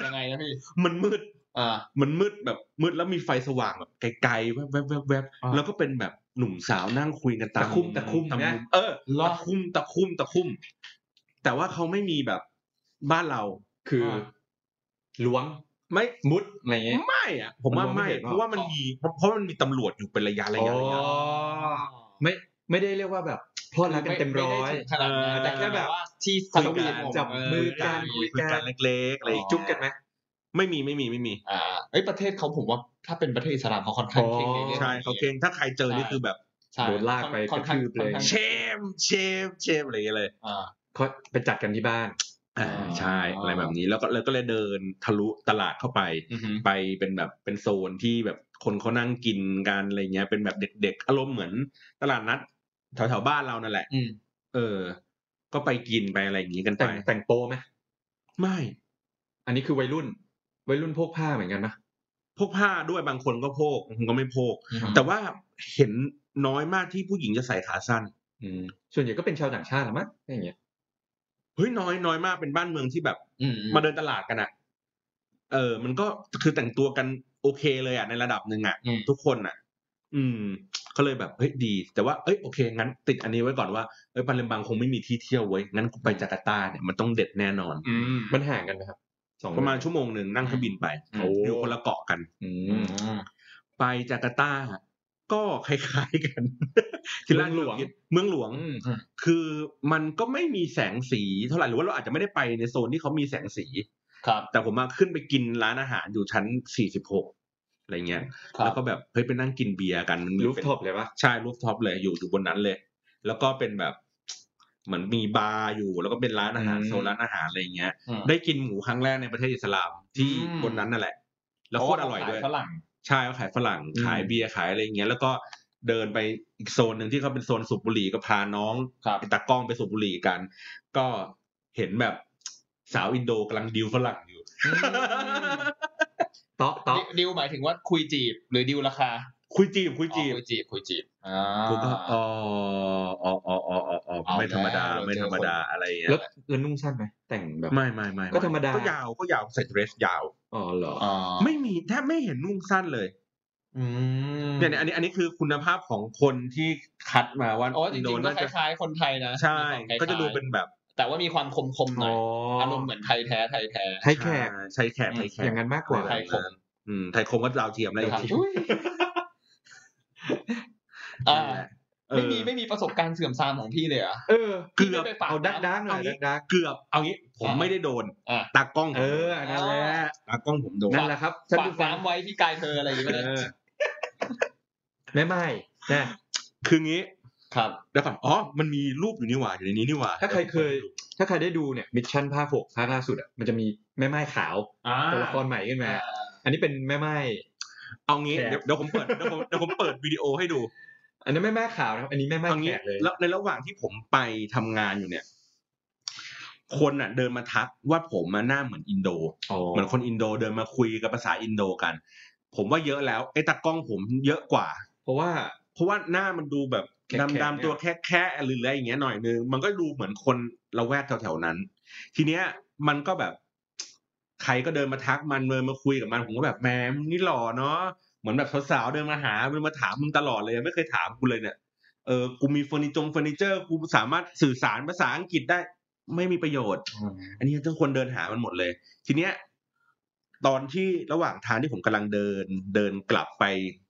S1: ยังไงนะพี่
S3: มันมืด
S1: อ่า
S3: มันมืดแบบมืดแล้วมีไฟสว่างแบบไกลๆแวบๆแวบๆแวบ
S2: อ่า
S3: แล้วก็เป็นแบบหนุ่มสาวนั่งคุยกันตาม
S2: ตะคุ่มตะคุ่ม
S3: ตาม
S2: นะ
S3: มุมเออ
S1: เหรอ
S3: ตะคุ่มตะคุ่มตะคุ่มแต่ว่าเขาไม่มีแบบบ้านเรา
S2: คืออ
S1: อ
S2: ล้วง
S3: ไม่
S2: มุดอะไรเงี้ย
S3: ไม่อะผมว่า
S2: มันมองไม่
S3: ไม่
S2: เห็นหรอ
S3: เพราะว่ามันมีเพราะมันมีตำรวจอยู่เป็นระยะระยะระยะ
S2: ไม่ ไม่ได้เรียกว่าแบบพลอดรักกันเต็มร้อย
S1: ไม่ได้ถึงขนาดนั้น
S2: เออแต่แค่แบบ
S1: ว่าที่
S2: คุยกัน
S1: สวีท
S2: จับมือกัน
S1: เ
S3: คุยกันเล็กๆอะไรอย่างเงี้ย
S2: จุ๊บกันไหม
S3: ไม่มีไม่มีไม่มี
S1: อ่าเอ้ยประเทศเขาผมว่าถ้าเป็นประเทศอิสลามเขาค่อนข้างเข่งในเรื่อง
S3: ใช่
S1: นี้
S3: เขาเก่งถ้าใครเจอนี่คือแบบ
S1: ใช่
S2: โดนลากไป
S1: ค่อนข้าง
S2: กระทืบเล
S1: ค่
S2: ย
S1: อนข้าง
S3: เชมเชมเชมอะไรอย่างเงี้ยเลย
S1: อ่า
S2: เขาไปจัดกันที่บ้าน
S3: อ่า
S1: อ๋อ
S3: ใช่อะไรแบบนี้แล้วก็แล้วก็เลยเดินทะลุตลาดเข้าไป
S1: อือฮึ
S3: ไปเป็นแบบเป็นโซนที่แบบคนเขานั่งกินกันอะไรเงี้ย เป็นแบบเด็ก ๆ อารมณ์เหมือนตลาดนัดแถวๆบ้านเรานั่นแหละ
S1: อืม
S3: เออ ก็ไปกินไปอะไรอย่างงี้กันไป
S2: แต่งแต่งโปไหม
S3: ไม่
S2: อันนี้คือวัยรุ่น วัยรุ่นพวกผ้าเหมือนกันนะ
S3: พกผ้าด้วยบางคนก็พกบางคนก็ไม่พก แต่ว่าเห็นน้อยมากที่ผู้หญิงจะใส่ขาสั้น
S2: อืมส่วนใหญ่ก็เป็นชาวต่างชาติหรือมั้งอย่างเงี้ย
S3: เฮ้ยน้อยน้อยมากเป็นบ้านเมืองที่แบบ
S1: อืม
S3: มาเดินตลาดกันอะเออ มันก็คือแต่งตัวกันโอเคเลยอะในระดับหนึ่งอะ
S1: อืม
S3: ทุกคนอะอืม ก็เลยแบบเฮ้ยดี แต่ว่าเอ้ยโอเค งั้น ติดอันนี้ไว้ก่อนว่าเอ้ยปาเลมบังคงไม่มีที่เที่ยวเว้ยงั้นกูไปจาการ์ตาเนี่ยมันต้องเด็ดแน่นอน
S1: อืม
S2: มันห่างกันไหมครับสอง
S3: ประมาณ
S2: เดือน
S3: ชั่วโมงหนึ่งนั่งเครื่องบินไป
S1: อืม
S2: โอ้
S3: อยู่คนละเกาะกัน
S2: อื
S1: อื
S2: ม
S1: ม
S3: ไปจาการ์ตาก็ *laughs* คล้ายๆกัน ที่ร้าน
S2: เมืองหลวง
S3: เมืองหลวง
S1: อืม
S3: คือมันก็ไม่มีแสงสีเท่าไหร่หรือว่าเราอาจจะไม่ได้ไปในโซนที่เขามีแสงสี
S1: ครับ
S3: แต่ผมมาขึ้นไปกินร้านอาหารอยู่ชั้น 46 อะไรเงี้ย
S1: ครั
S3: แล้ว
S1: บ
S3: ก็แบบเฮ้ยไปนั่งกินเบียร์กันมันมี
S2: รูฟ
S3: เป็น
S2: ท็อปเลยปะ
S3: ใช่รูฟท็อปเลยอยู่อยู่บนนั้นเลย แล้วก็เป็นแบบเหมือนมีบาร์อยู่ แล้วก็เป็นร้านอาหารโซนร้านอาหารอะไรเงี้ย
S1: อืม
S3: ได้กินหมูครั้งแรกในประเทศอิสลามที่
S1: อืม
S3: บนนั้นนั่นแหละ แล้วโคตรอร่อยด้วย
S1: เพาะาขาฝรั่ง
S3: ใช่เขาขายฝรั่งขายเบียร์ขายอะไรอย่างเงี้ย แล้วก็เดินไปอีกโซนหนึ่งที่เขาเป็นโซนสูบบุหรี่ก็พาน้อง
S1: ครับ
S3: ไอ้ตากล้องไปสูบบุหรี่กัน ก็เห็นแบบสาวอินโดกำลังดิวฝรั่งอยู่
S2: เตาะเตาะ
S1: ดิดิวหมายถึงว่าคุยจีบ หรือดิวราคา
S3: คุยจีบคุยจีบ
S1: อ๋อคุยจีบคุยจีบอ่า
S3: กูก็อ๋ออ๋ออ๋ออ๋ออ๋อ
S1: เอา
S3: ไม่ธรรมดา
S1: แล้ว
S3: ไม่ธรรมดา
S1: เจอคน
S3: อะไรอย่างเงี้ย
S2: แล้วแล้วนุ่งสั้นไหมแต่งแบบ
S3: ไม่ไม่ไม่ไ
S2: ก็ธรรมดา
S3: ก็ยาวก็ยาวใส่เดรสยาว
S2: อ๋อเหรอ
S1: อ๋อ
S3: ไม่มีแทบไม่เห็นนุ่งสั้นเลย
S1: อืม
S3: เนี่ยเนี่ยอันนี้อันนี้คือคุณภาพของคนที่คัดมาว่า
S1: อ๋อจริงๆก็
S3: น่า
S1: ค
S3: จะ
S1: ล้ายๆคนไทยนะ
S3: ใช่
S1: มีความคล้ายๆ
S3: ก็จะดูเป็นแบบ
S1: แต่ว่ามีความคมคมๆหน่
S2: อ๋
S1: อ
S2: อย อา
S1: อารมณ์เหมือนไทยแท้ไทยแท้
S2: ไทยแขก
S3: ใช่แขกไทยแขก
S2: อย่างนั้นมากกว่า
S1: ไทยคม
S3: อืมไทยคมก็ดาวเทียมได้
S1: นะ
S3: อี
S1: ค
S3: ก
S1: รับ
S3: ที
S1: อุ๊ยอ่า
S3: นั่นแหละเอ
S1: ไม่
S3: อ
S1: มีไม่มีประสบการณ์เสื่อมทรามของพี่เลยเหรอ่ะ
S2: เออ
S3: เกือบ
S1: ไปปาก
S2: เอาดักดัก
S1: น้ำ
S2: หน่อย
S1: เอางี้
S2: ดักดัก
S3: เกือบเอางี้ผมไม่ได้โดน
S1: อ่ะ
S3: ตากล้อง
S2: เอออันนั่นแหละ
S3: ตากล้องผมโดน
S2: นั่นแหละครับท่าน
S1: ฝาก
S2: ผู้ฟัง
S1: น้ำไว้ที่กายเธออะไรอย่างเงี้ย
S3: เออ
S2: แม่ไม่นะ
S3: คืองี้
S1: ครับ
S3: เดี๋ยวก่อนอ๋อมันมีรูปอยู่นี่หว่าอยู่ในนี้นี่หว่า
S2: ถ้าใครเคย ถ้าใครได้ดูเนี่ยมิชชั่นภาคหกภาคล่าสุดอ่ะมันจะมีแม่ไม้ขาว
S3: อ่า
S2: ตัวละครใหม่ขึ้นมาอันนี้เป็นแม่ไม้
S3: เอางี้
S2: แขก
S3: เดี๋ยวเดี๋ยวผมเปิดเดี๋ยวผมเดี๋ยวผมเปิดวิดีโอให้ดู
S2: อันนั้นแม่ไม้ขาวนะครับ อันนี้แม่ไม้
S3: เอางี้
S2: แขกเลย
S3: แล้วในระหว่างที่ผมไปทำงานอยู่เนี่ย คนอ่ะ เดินมาทักว่าผมมาหน้าเหมือนอินโด
S2: อ๋อ
S3: เหมือนคนอินโดเดินมาคุยกับภาษาอินโดกัน ผมว่าเยอะแล้วไอ้ตากล้องผมเยอะกว่า
S2: เพราะว่า
S3: เพราะว่าหน้ามันดูแบบ
S2: แคะๆ
S3: ดำๆตัวแค่ๆหรืออะไรอย่างเงี้ยหน่อยนึงมันก็ดูเหมือนคนละแวกแถวๆนั้น ทีเนี้ยมันก็แบบ ใครก็เดินมาทักมันเดินมาคุยกับมันผมก็แบบแหมมึงนี่หล่อเนาะเหมือนแบบสาวๆเดินมาหามันมาถามมึงตลอดเลยไม่เคยถามกูเลยเนี่ยเออกูมีเฟอร์นิจงเฟอร์นิเจอร์กูสามารถสื่อสารภาษาอังกฤษได้ ไม่มีประโยชน์
S2: อืม
S3: อันนี้ทุกคนเดินหามันหมดเลย ทีเนี้ยตอนที่ระหว่างทางที่ผมกำลังเดิน เดินกลับไป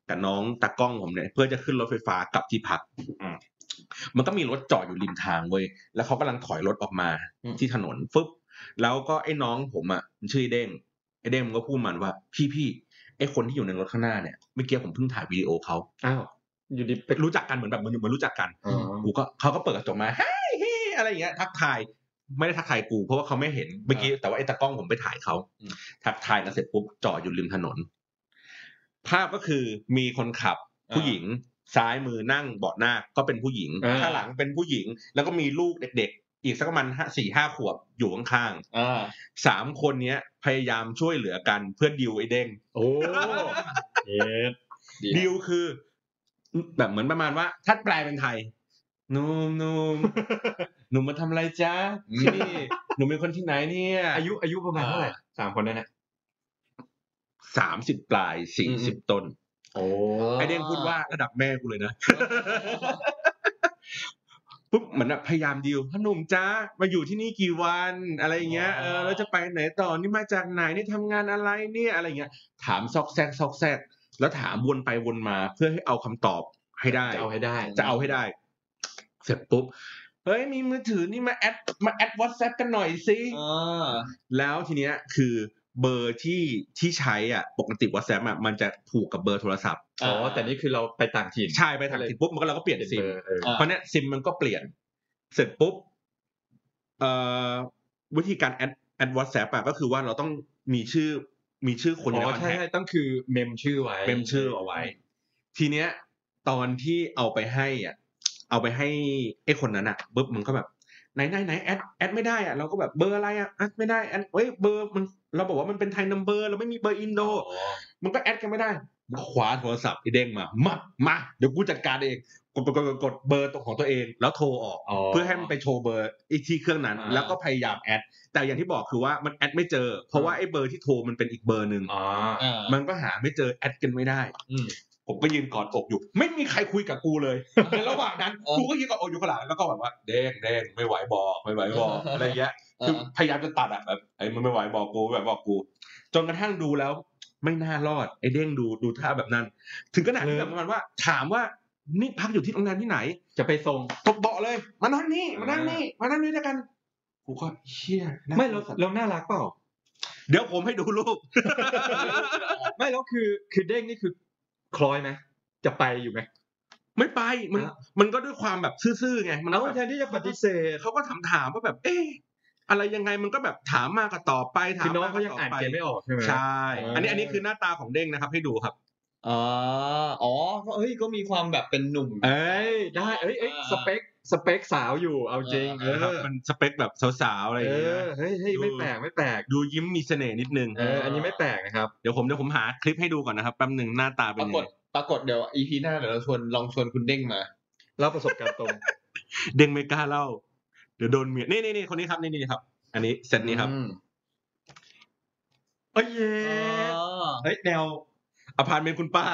S3: กับน้องตากล้องผมเนี่ย เพื่อจะขึ้นรถไฟฟ้ากลับที่พักมันก็มีรถจอดอยู่ริมทางเว้ยแล้วเขากำลังถอยรถออกมา
S1: อืม
S3: ที่ถนนฟึบแล้วก็ไอ้น้องผมอ่ะมันชื่อไอ้เด้งไอ้เด้งมันก็พูดมันว่า พี่พี่ไอ้คนที่อยู่ในรถข้างหน้าเนี่ยเมื่อกี้ผมเพิ่งถ่ายวิดีโอเขา
S2: อ้าวอยู่ดีไป
S3: รู้จักกันเหมือนแบบเหมือนเหมือนรู้จักกัน
S2: อ๋อ
S3: กูก็เขาก็เปิดกระจกมาเฮ้ยเฮ้ยอะไรอย่างเงี้ย ทักทายไม่ได้ทักทายกู เพราะว่าเขาไม่เห็นเมื่อกี้แต่ว่าไอ้ตากล้องผมไปถ่ายเขา
S1: อืม
S3: ทักทายกันเสร็จปุ๊บจอดอยู่ริมถนน ภาพก็คือมีคนขับ ผู้หญิง ซ้ายมือนั่งเบาะหน้าก็เป็นผู้หญิง
S2: อ่า
S3: ข้างหลังเป็นผู้หญิง แล้วก็มีลูกเด็ก ๆ อีกสักประมาณห้าสี่ห้าขวบอยู่ข้าง
S1: อ่า
S3: ๆสามคนเนี้ย พยายามช่วยเหลือกันเพื่อดิวไอ้เด้ง
S2: โอ้เอ็ด
S3: ดีลคือ แบบเหมือนประมาณว่า ถ้าแปลเป็นไทยหนุ่มหนุ่ม *laughs* หนุ่มมาทำอะไรจ๊ะ
S1: อืม
S3: ที่นี่หนุ่มเป็นคนที่ไหนเนี่ย
S2: อายุอายุประมาณเท่าไหร่สามคนนั่นนะ
S3: สามสิบปลายสี่สิบต้น
S2: โอ้
S3: ไอเด้งพูดว่าระดับแม่กูเลยนะปุ๊บเหมือนแบบพยายามดีลพ่อหนุ่มจ้ามาอยู่ที่นี่กี่วันอะไรอย่างเงี้ยเออแล้วจะไปไหนต่อนี่มาจากไหนนี่ทำงานอะไรเนี่ยอะไรเงี้ย ถามซอกแซกซอกแซกแล้วถามวนไปวนมาเพื่อให้เอาคำตอบให้ได้
S2: จะเอาให้ได้
S3: จะเอาให้ได้ เสร็จปุ๊บ เฮ้ยมีมือถือนี่มาแอดมาแอดวอตแซปกันหน่อยสิ
S1: อ่า
S3: แล้วทีเนี้ยคือเบอร์ที่ที่ใช้อ่ะปกติ WhatsApp อ่ะมันจะผูกกับเบอร์โทรศัพท์
S2: อ๋อแต่นี่คือเราไปต่างถิ่น
S3: ใช่ไปทางติดปุ๊บมันก็เราก็เปลี่ยนซิ
S2: เบ
S3: ม
S2: อร์เออ
S1: อ่า
S3: เพราะเนี้ยซิมมันก็เปลี่ยน เสร็จปุ๊บเอ่อวิธีการแอดแอดวอทแซปอะก็คือว่าเราต้องมีชื่อมีชื่อคนอยู่
S2: อ๋อ
S3: ในคอน
S2: ใช่
S3: แทค
S2: ใช่ต้องคือเมมชื่อไว้
S3: เมมชื่อเอาไว้ ทีเนี้ย ตอนที่เอาไปให้อ่ะเอาไปให้ไอ้คนนั้นอ่ะปุ๊บมันก็แบบไหนไหนไหนแอดแอดไม่ได้อ่ะเราก็แบบเบอร์อะไรอ่ะแอดไม่ได้แอดเฮ้ยเบอร์มันเราบอกว่ามันเป็นไทยนัมเบอร์เราไม่มีเบอร์อินโด มันก็แอดกันไม่ได้คว้าโทรศัพท์ที่เด้งมา มา มา เดี๋ยวกูจัดการเอง กดกดกดกดกดเบอร์ตัวของตัวเอง แล้วโทรออก
S2: อ๋อ
S3: เพื่อให้มันไปโชว์เบอร์ไอ้ที่เครื่องนั้น
S1: อ่า
S3: แล้วก็พยายามแอด แต่อย่างที่บอกคือว่ามันแอดไม่เจอ เพราะว่าไอ้เบอร์ที่โทรมันเป็นอีกเบอร์หนึ่ง
S2: อ๋อ
S1: อ่า
S3: มันก็หาไม่เจอแอดกันไม่ได้
S1: อืม
S3: ผมก็ยืนกอดอกอยู่ ไม่มีใครคุยกับกูเลย ในระหว่างนั้น กูก็ยืนกอดอกอยู่ข้างหลังแล้วก็แบบว่าเด้งเด้งไม่ไหวบอกไม่ไหวบอกอะไรเงี้ย คือพยายามจะตัดอะแบบไอ้ยมันไม่ไหวบอกกูแบบบอกกู จนกระทั่งดูแล้ว ไม่น่ารอดไอ้เด้งดูดูท่าแบบนั้น ถึงขนาดที่แบบประมาณว่า ถามว่านี่พักอยู่ที่โรงแรมที่ไหน
S2: จะไปส่ง
S3: ตบเบาะเลย มานั่งนี่มานั่งนี่มานั่งนี่ด้วยกันกูก็เชี่ยน่
S2: ไม่เราเราน่ารักเปล่า
S3: เดี๋ยวผมให้ดูรูป
S2: ไม่แล้วคือคือเด้งนี่คือคล้อยไหมจะไปอยู่ไหม
S3: ไม่ไปมัน
S2: อ่ะ
S3: มันก็ด้วยความแบบซื่อๆไงมันก็
S2: เอา
S3: แบบ
S2: แทนที่จะปฏิเสธ
S3: เขาก็ถามถามๆว่าแบบ เอ๊ะอะไรยังไงมันก็แบบถามมาก็ตอบไปถาม
S2: คือน้อง
S3: ม
S2: เขายังอ่าน
S3: ตบป
S2: เกมไม่ออกใช่ไหม
S3: ใช่
S2: เอออั
S3: อันนี้อันนี้คือหน้าตาของเด้งนะครับ ให้ดูครับ
S1: อ๋ออ๋อก็เฮ้ยก็มีความแบบเป็นหนุ่ม
S2: เอ้ยได้เอ้ยเอ้ย
S1: อ่า
S2: สเปคสเปคสาวอยู่เอาจริง
S1: เอ
S2: เอ
S1: อ
S3: นะครับ
S2: อ
S3: มันสเปคแบบสาวๆอะไรอ
S2: เอย่างอ
S3: เงี้
S2: ย เฮ้ยเฮ้ย
S3: ดู
S2: ไม่แปลกไม่แปลก
S3: ดูยิ้มมีเสน่ห์นิดนึง
S2: เอออันนี้ไม่แปลกนะครับ
S3: เดี๋ยวผมเดี๋ยวผมหาคลิปให้ดูก่อนนะครับแป๊บหนึ่งหน้าตาเป็
S1: ป
S3: น
S1: รา
S3: ยั
S1: ก
S3: งไง
S1: ฏปรากฏเดี๋ยวอีพีหน้าเดี๋ยวเราชวนลองชวนคุณเด้งมา
S2: เล่าประสบการณ์ตรง
S3: เด้งไม่กล้าเล่า เดี๋ยวโดนเมียนี่นี่นี่คนนี้ครับนี่นี่ครับ อันนี้เซตนี้ครับ
S1: อืม
S3: โอ้ยเย้
S1: อ๋อ
S3: เฮ้ยแนวอพาร์ตเมนต์คุณป้า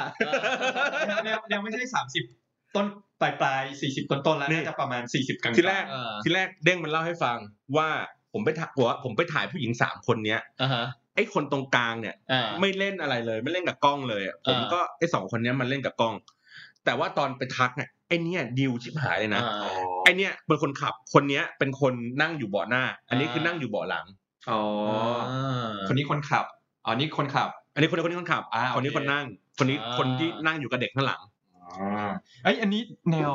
S4: แนวแนวไม่ใช่สามสิบต้นปลายปลายสี่สิบต้นต้นๆแล้ว
S3: นี่
S4: น่าจะประมาณสี่สิบกลางๆ
S3: ทีแรก
S1: เออ
S3: ทีแรกเด้งมันเล่าให้ฟังว่าผมไปถ่ายว่าผมไปถ่ายผู้หญิงสามคนเนี้ย
S1: อ่าฮะ
S3: ไอ้คนตรงกลางเนี่ย
S1: อ่า
S3: ไม่เล่นอะไรเลย ไม่เล่นกับกล้องเลยอะผม
S1: อ่า
S3: ก็ไอ้สองคนเนี้ยมันเล่นกับกล้อง แต่ว่าตอนไปทักเนี่ยไอ้เนี่ยดิวชิบหายเลยนะ
S1: อ่า
S3: ไอ้เนี่ยเป็นคนขับคนเนี้ยเป็นคนนั่งอยู่เบาะหน้า อันนี้
S1: อ่า
S3: คือนั่งอยู่เบาะหลัง
S2: อ๋อ
S4: คนนี้คนขับอ๋อนี่คนขับ
S3: อันนี้คนนี้คนนี้คนขับ
S4: อ่าโอเค
S3: คนนี้คนนั่ง คนนี้
S1: อ่า
S3: คนที่นั่งอยู่กับเด็กข้างหลัง
S4: ไอยอันนี้แนว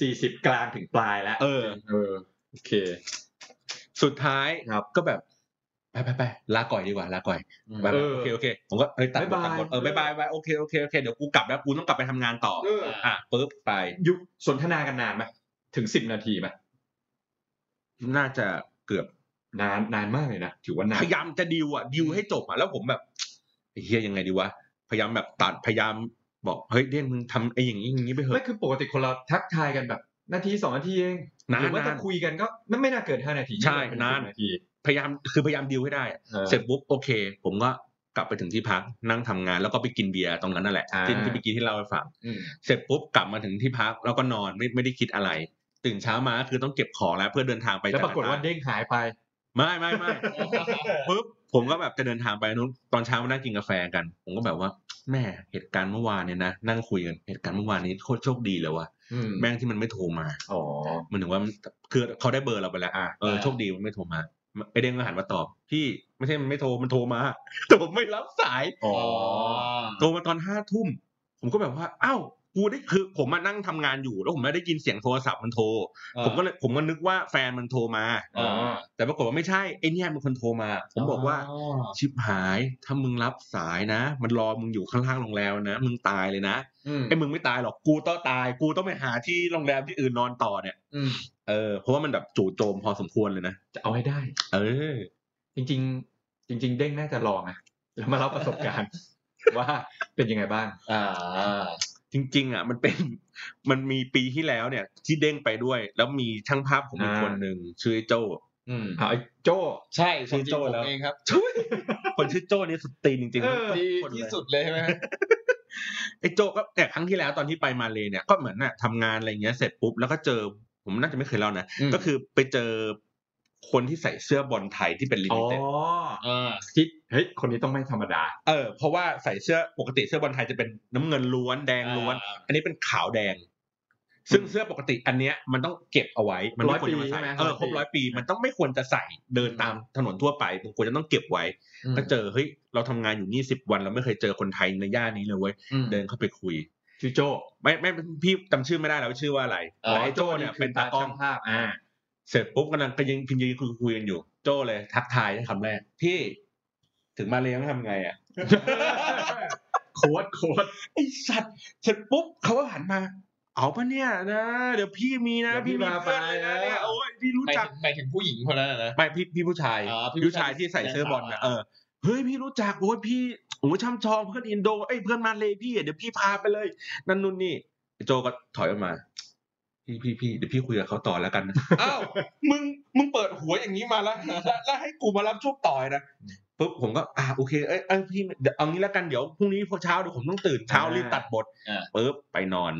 S4: สี่สิบกลางถึงปลายแล้ว
S3: เออ
S2: เออโอเค
S3: สุดท้าย
S2: ครับ
S3: ก็แบบไปไปไปลาก่อยดีกว่าลาก่อยไปไป
S2: เออ
S3: โอเคโอเคผมก็เอ้ยตัดบท
S2: บ๊ายบาย
S3: ตัดบทเออบายบายบายโอเคโอเคโอเคเดี๋ยวกูกลับแล้วกูต้องกลับไปทำงานต่อ
S2: เออ
S3: อ่ะปึ๊บไป
S4: ยุคสนทนากันนานไหมถึงสิบนาทีไหม
S3: น่าจะเกือบ
S2: นานนานมากเลยนะถือว่านา
S3: พ
S2: น
S3: ยายามจะ *laughs* ดิวอ่ะดิวให้จบอ่ะแล้วผมแบบไอ้เฮียยังไงดีวะพยายามแบบตัดพยายามบอกเฮ้ยเด้งมึงทำไอ้อย่างนี้อย่างนี้ไปเถ
S2: ไม่
S3: อะ
S2: คือปกติคนเราทักทายกันแบบ นาทีสองนาทีเอง
S3: นาน
S2: หรือว่า
S3: นา
S2: จะ
S3: น
S2: คุยกันก็ไม่ไม่น่าเกินห้านาที
S3: ใช่
S2: ไม่เกิ
S3: นาน
S2: สิบนาที
S3: พยายามคือพยายามดิวให้ได้ เสร็จปุ๊บโอเค ผมก็กลับไปถึงที่พักนั่งทำงานแล้วก็ไปกินเบียร์ตรงนั้นนั่นแหละ
S2: อ่า
S3: ที่ที่ไปกินที่เล่าให้ฟัง
S2: อืม
S3: เสร็จปุ๊บกลับมาถึงที่พักแล้วก็นอนไม่ไม่ได้คิดอะไร ตื่นเช้ามาคือต้องเก็บของแล้วเพื่อเดินทางไป
S2: แล้วปรากฏว่าเด้งหายไป
S3: ไม่ไม่
S2: *laughs*
S3: ไม่ ปุ๊บผมก็แบบจะเดินทางไปนู้นตอนเช้ามานั่งกินกาแฟกัน ผมก็แบบว่าแม่เหตุการณ์เมื่อวานเนี่ยนะนั่งคุยกันเหตุการณ์เมื่อวานนี้โคตรโชคดีเลยว่ะ
S2: อืม
S3: แม่งที่มันไม่โทรมา
S2: อ๋อ
S3: มันถึงว่ามันคือเขาได้เบอร์เราไปแล้วอ่ะเออ
S1: อ่า
S3: โชคดีมันไม่โทรมาไอเด้งก็หันมาตอบพี่ไม่ใช่มันไม่โทรมันโทรมา *laughs* แต่ผมไม่รับสาย
S2: อ๋อ
S3: โทรมาตอนห้าทุ่มผมก็แบบว่าอ้าวกูได้คือผมมานั่งทำงานอยู่แล้วผมไม่ได้ยินเสียงโทรศัพท์มันโทรผมก็เลยผมก็นึกว่าแฟนมันโทรมา
S1: อ่า
S3: แต่ปรากฏว่าไม่ใช่ไอเนี่ยมันคนโทรมา ผมบอกว่า ชิบหาย ถ้ามึงรับสายนะ มันรอมึงอยู่ข้างล่างโรงแรมนะ มึงตายเลยนะ
S1: อืม
S3: ไอ้มึงไม่ตายหรอก กูต้องตาย กูต้องไปหาที่โรงแรมที่อื่นนอนต่อเนี่ย
S1: อืม
S3: เออ เพราะว่ามันแบบจู่โจมพอสมควรเลยนะ
S2: จะเอาให้ได้
S3: เออ
S2: จริง ๆ จริง ๆ เด้งน่าจะลองนะแล้วมาเล่าประสบ
S3: *laughs*
S2: การณ์ ว่าเป็นยังไงบ้าง
S1: อ่า
S3: จริง ๆ อ่ะ มัน *laughs* เป็น มันมีปีที่แล้วเนี่ย ที่เด้งไปด้วย แล้วมีช่างภาพของอีก
S2: อ่า
S3: คนหนึ่งชื่อไอ้โจ
S1: อืม
S2: เอาไอ้โจ้
S1: ใช่
S3: ชื่อโจ้แล้ว
S1: ผมเองครับ
S3: คนชื่อโจนี่สุดตีนจริง
S2: เอ
S3: ๆ
S2: อ
S3: นะ
S1: ดีที่สุดเลยใช่ไหมฮะ
S3: ไอ้โจก็แต่ยครั้งที่แล้วตอนที่ไปมาเลยเนี่ย ก็เหมือนน่ะทำงานอะไรเงี้ย เสร็จปุ๊บ แล้วก็เจอ ผมน่าจะไม่เคยเล่านะ ก็คือไปเจอคนที่ใส่เสื้อบอลไทยที่เป็นลิ
S2: อ๋อ
S3: มิเต็ด
S1: อ่า
S2: คิดเฮ้ย คนนี้ต้องไม่ธรรมดา
S3: เออเพราะว่าใส่เสื้อปกติเสื้อบอลไทยจะเป็นน้ำเงินล้วนแดงล้วน
S1: อ่า
S3: อันนี้เป็นขาวแดง ซึ่งเสื้อปกติอันเนี้ยมันต้องเก็บเอาไว้ มัไม่ควรจะมา
S2: ร้อยปีใช่
S3: ใส่
S2: ไหม
S3: เออครบ
S2: ร้
S3: ร้
S2: อ
S3: อย ย
S2: ปี
S3: ปีมันต้องไม่ควรจะใส่เดินตามถนนทั่วไปมันควรจะต้องเก็บไว้ ถ้าเจอเฮ้ยเราทำงานอยู่นี่สิบวันเราไม่เคยเจอคนไทยในย่านนี้เลยเว้ยเดินเข้าไปคุย
S2: ชื่อโจ
S3: ไม่ไม่พี่จำชื่อไม่ได้แล้วว่าชื่อว่าอะไร
S2: อ๋อ
S3: ไอ้โจเนี่ยเป็นตากล้อง
S2: ภาพอ่า
S3: เสร็จปุ๊บกำลังก็ยังพิมพ์ยืนคุยคุยกันอยู่ โจเลยทักทายคำแรก พี่ถึงมาเลยต้องทำไงอ่ะ
S2: โค้ดโค้ด
S3: ไอสัตว์เสร็จปุ๊บเขาก็หันมา เอาปะเนี่ยนะเดี๋ยวพี่มีนะ
S2: เดี๋ยวพี่
S3: พี่มี
S2: มา
S3: เพื่อนเลยนะ
S2: ไปนะ
S3: เนี่ยโอ้ยพี่รู้
S1: หมาย
S3: จัก
S1: ถึงหมายถึงผู้หญิงคนนั้นน่ะนะ
S3: ไม่พี่พี่ผู้ชาย
S1: อ๋อพี่ผู้
S3: ผู้ชา
S1: ชาย ย
S3: ที่ใส่เสื้อบอล
S1: ใส่ขา
S3: นะ
S1: ว
S3: เออเฮ้ยพี่รู้จักโอ้ยพี่โอ้ยช่ำชองเพื่อนอินโดเอ้ยเพื่อนมาเลยพี่อ่ะเดี๋ยวพี่พาไปเลย นั่นนู่นนี่ไอ้โจก็ถอยออกมา พี่พี่พี่เดี๋ยวพี่คุยกับเขาต่อแล้วกันนะ อ้าวมึงมึงเปิดหัวอย่างนี้มาแล้วแล้วแล้วให้กูมารับช่วงต่อยนะปุ๊บผมก็อ่าโอเคเอ้ยเอ้ยพี่เดี๋ยวเอางี้แล้วกันเดี๋ยวพรุ่งนี้พอเช้าเดี๋ยวผมต้องตื่นเช้า
S2: อ่า
S3: รีบตัดบท
S1: อ่า
S3: ปุ๊บไปนอน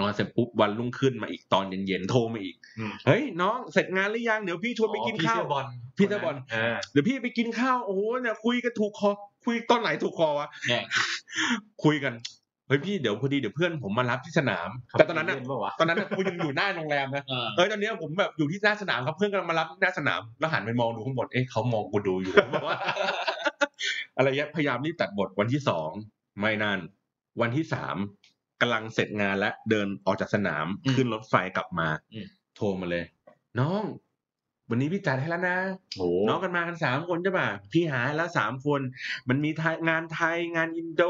S3: นอนเสร็จปุ๊บวันรุ่งขึ้นมาอีกตอนเย็นๆโทรมาอีก
S2: อืม
S3: เฮ้ยน้องเสร็จงานหรือยังเดี๋ยวพี่ชวนไปกินข้า
S2: พี่
S3: ว
S2: เสื้อบอล
S3: พี่เสื้อบอล
S2: อ่า
S3: เดี๋ยวพี่ไปกินข้าวโอ้โหเนี่ยคุยกันถูกคอคุยตอนไหนถูกคอวะ
S1: เนี่ย
S3: คุยกันเฮ้ยพี่เดี๋ยวพอดีเดี๋ยวเพื่อนผมมารับที่สนาม แต่ตอนนั้นอะตอนนั้นอะกูยังอยู่หน้าโรงแรมนะ
S1: อ่า
S3: เอ้ยตอนเนี้ยผมแบบอยู่ที่หน้าสนามครับเพื่อนกำลังมารับหน้าสนามแล้วหันไปมองดูข้างบนเอ๊ะเขามองกูดูอยู่ ผมแบบว่า
S2: *laughs*
S3: อะไรเงี้ยพยายามรีบตัดบทวันที่สองไม่นานวันที่สามกำลังเสร็จงานและเดินออกจากสนามขึ้นรถไฟกลับมา
S2: อืม
S3: โทรมาเลย น้อง วันนี้พี่จัดให้แล้วนะ
S2: โอ้
S3: น้องกันมากันสามคนใช่ป่ะพี่หาแล้วสามคน มันมีไทยงานไทยงานอินโด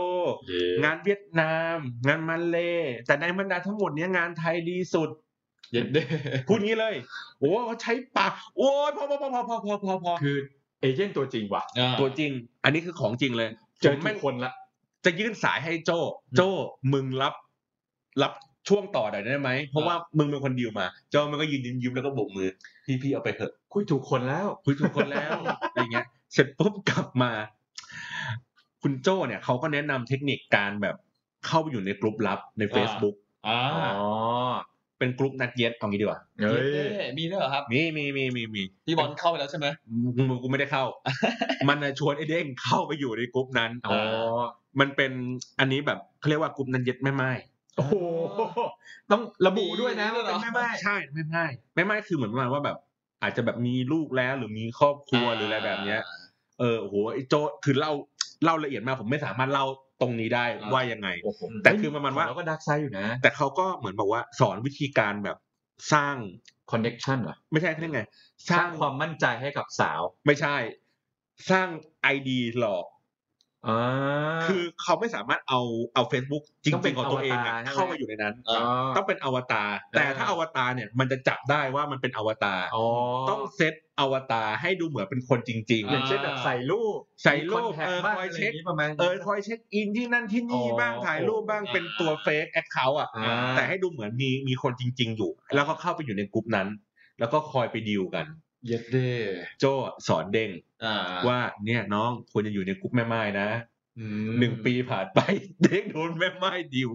S3: งานเวียดนาม งานมาเลแต่ในบรรดาทั้งหมดเนี้ยงานไทยดีสุด
S1: เย็นเด้อ
S3: พูดงี้เลย โอ้เขาใช้ปากโอ้ยพอพอพอพอพอพอพอพอ
S2: คือเอเจนต์ตัวจริงว่ะ
S1: อ่า
S3: ตัวจริง อันนี้คือของจริงเลย
S2: เจอ
S3: ผม
S2: ทุ
S3: แม่
S2: ก
S3: ง
S2: คนละ
S3: จะยื่นสายให้โจโจมึงรับ รับช่วงต่อหน่อยได้ไหม เพราะว่ามึงเป็นคนดีลมา โจมันก็ยืนยิ้มยิ้มแล้วก็โบกมือ พี่พี่เอาไปเถอะ
S2: คุยถูกคนแล้ว
S3: คุยถูกคนแล้วอะไรเงี้ย เสร็จปุ๊บกลับมา คุณโจเนี่ยเขาก็แนะนำเทคนิคการแบบเข้าไปอยู่ในกลุ่มลับใน
S1: อ่า
S3: Facebook
S1: อ่า
S2: อ๋อ
S3: เป็นกลุ่มนัดเย็ดเอางี้ดีกว่า
S2: เฮ้ย
S1: เย็นเด้อมีด้วยเหรอครับ
S3: มีมีมีมีมี
S1: พี่บอลเข้าไปแล้วใช่ไหม
S3: มึงกูไม่ได้ *laughs* เข้า มันน่ะชวนไอ้เด้งเข้าไปอยู่ในกลุ่มนั้น
S2: อ๋อ
S3: มันเป็นอันนี้แบบเขาเรียกว่ากลุ่มนั้นเย็ดแม่ไม้
S2: โอ้โห ต้องระบุด้วยนะ
S1: มีด้ว
S2: ว่า
S1: ยเหร
S2: เป็
S1: อ
S2: นแม่ไม้
S3: ใช่แม่ไม้แม่ไม้คือเหมือนประมาณว่าแบบ อาจจะแบบมีลูกแล้วหรือมีครอบครัวหรืออะไรแบบเนี้ย เออโอ้โหไอ้โจคือเล่าเล่าละเอียดมากผมไม่สามารถเล่าตรงนี้ได้
S1: อ่า
S3: ว่ายังไง
S2: โอ้โห
S3: แต่คือประมาณว่า
S2: เรก็ดักไซด์อยู่นะ
S3: แต่เขาก็เหมือนบอกว่าสอนวิธีการแบบสร้าง
S2: คอนเน็กชันเหรอ
S3: ไม่ใช่เขาเรียกไง
S2: สร้างความมั่นใจให้กับสาว
S3: ไม่ใช่ สร้างไอดีหลอก
S2: อ่า
S3: คือเขาไม่สามารถเอาเอา Facebook จริ
S2: ต้องเป็
S3: ง
S2: น
S3: ๆของตัวเองอะ
S2: อวตารใช่ไหม
S3: เข้ามาอยู่ในนั้น
S1: อ่า
S3: ต้องเป็นอวตาร แต่ถ้าอวตารเนี่ยมันจะจับได้ว่ามันเป็นอวตาร
S2: อ๋อ
S3: ต้องเซตอวตารให้ดูเหมือนเป็นคนจริง
S2: อย่างเช่นแบบใส่รูป
S3: ใส่รูป
S2: มีคนแท็ก
S3: เออ
S2: บ้าง
S3: คอย
S2: อะไร
S3: เช็ค
S2: นี้ประมาณ
S3: ๆ เออคอยเช็คอินที่นั่นที่นี่บ้าง
S2: อ๋อ
S3: ถ่ายรูปบ้าง
S1: อ่า
S3: เป็นตัวเฟกแอคเคาท์อ่ะ
S2: อ่า
S3: แต่ให้ดูเหมือนมีมีคนจริง ๆ อยู่ แล้วก็เข้าไปอยู่ในกลุ่มนั้น แล้วก็คอยไปดีลกัน
S1: เย็นเด้อ
S3: โจสอนเด้ง
S1: อ่า
S3: ว่าเนี่ยน้องควรจะอยู่ในกลุ่มแม่ไม้นะ
S1: อืม
S3: หนึ่งปีผ่านไป *laughs* เด็กโดนแม่ไม้ดิว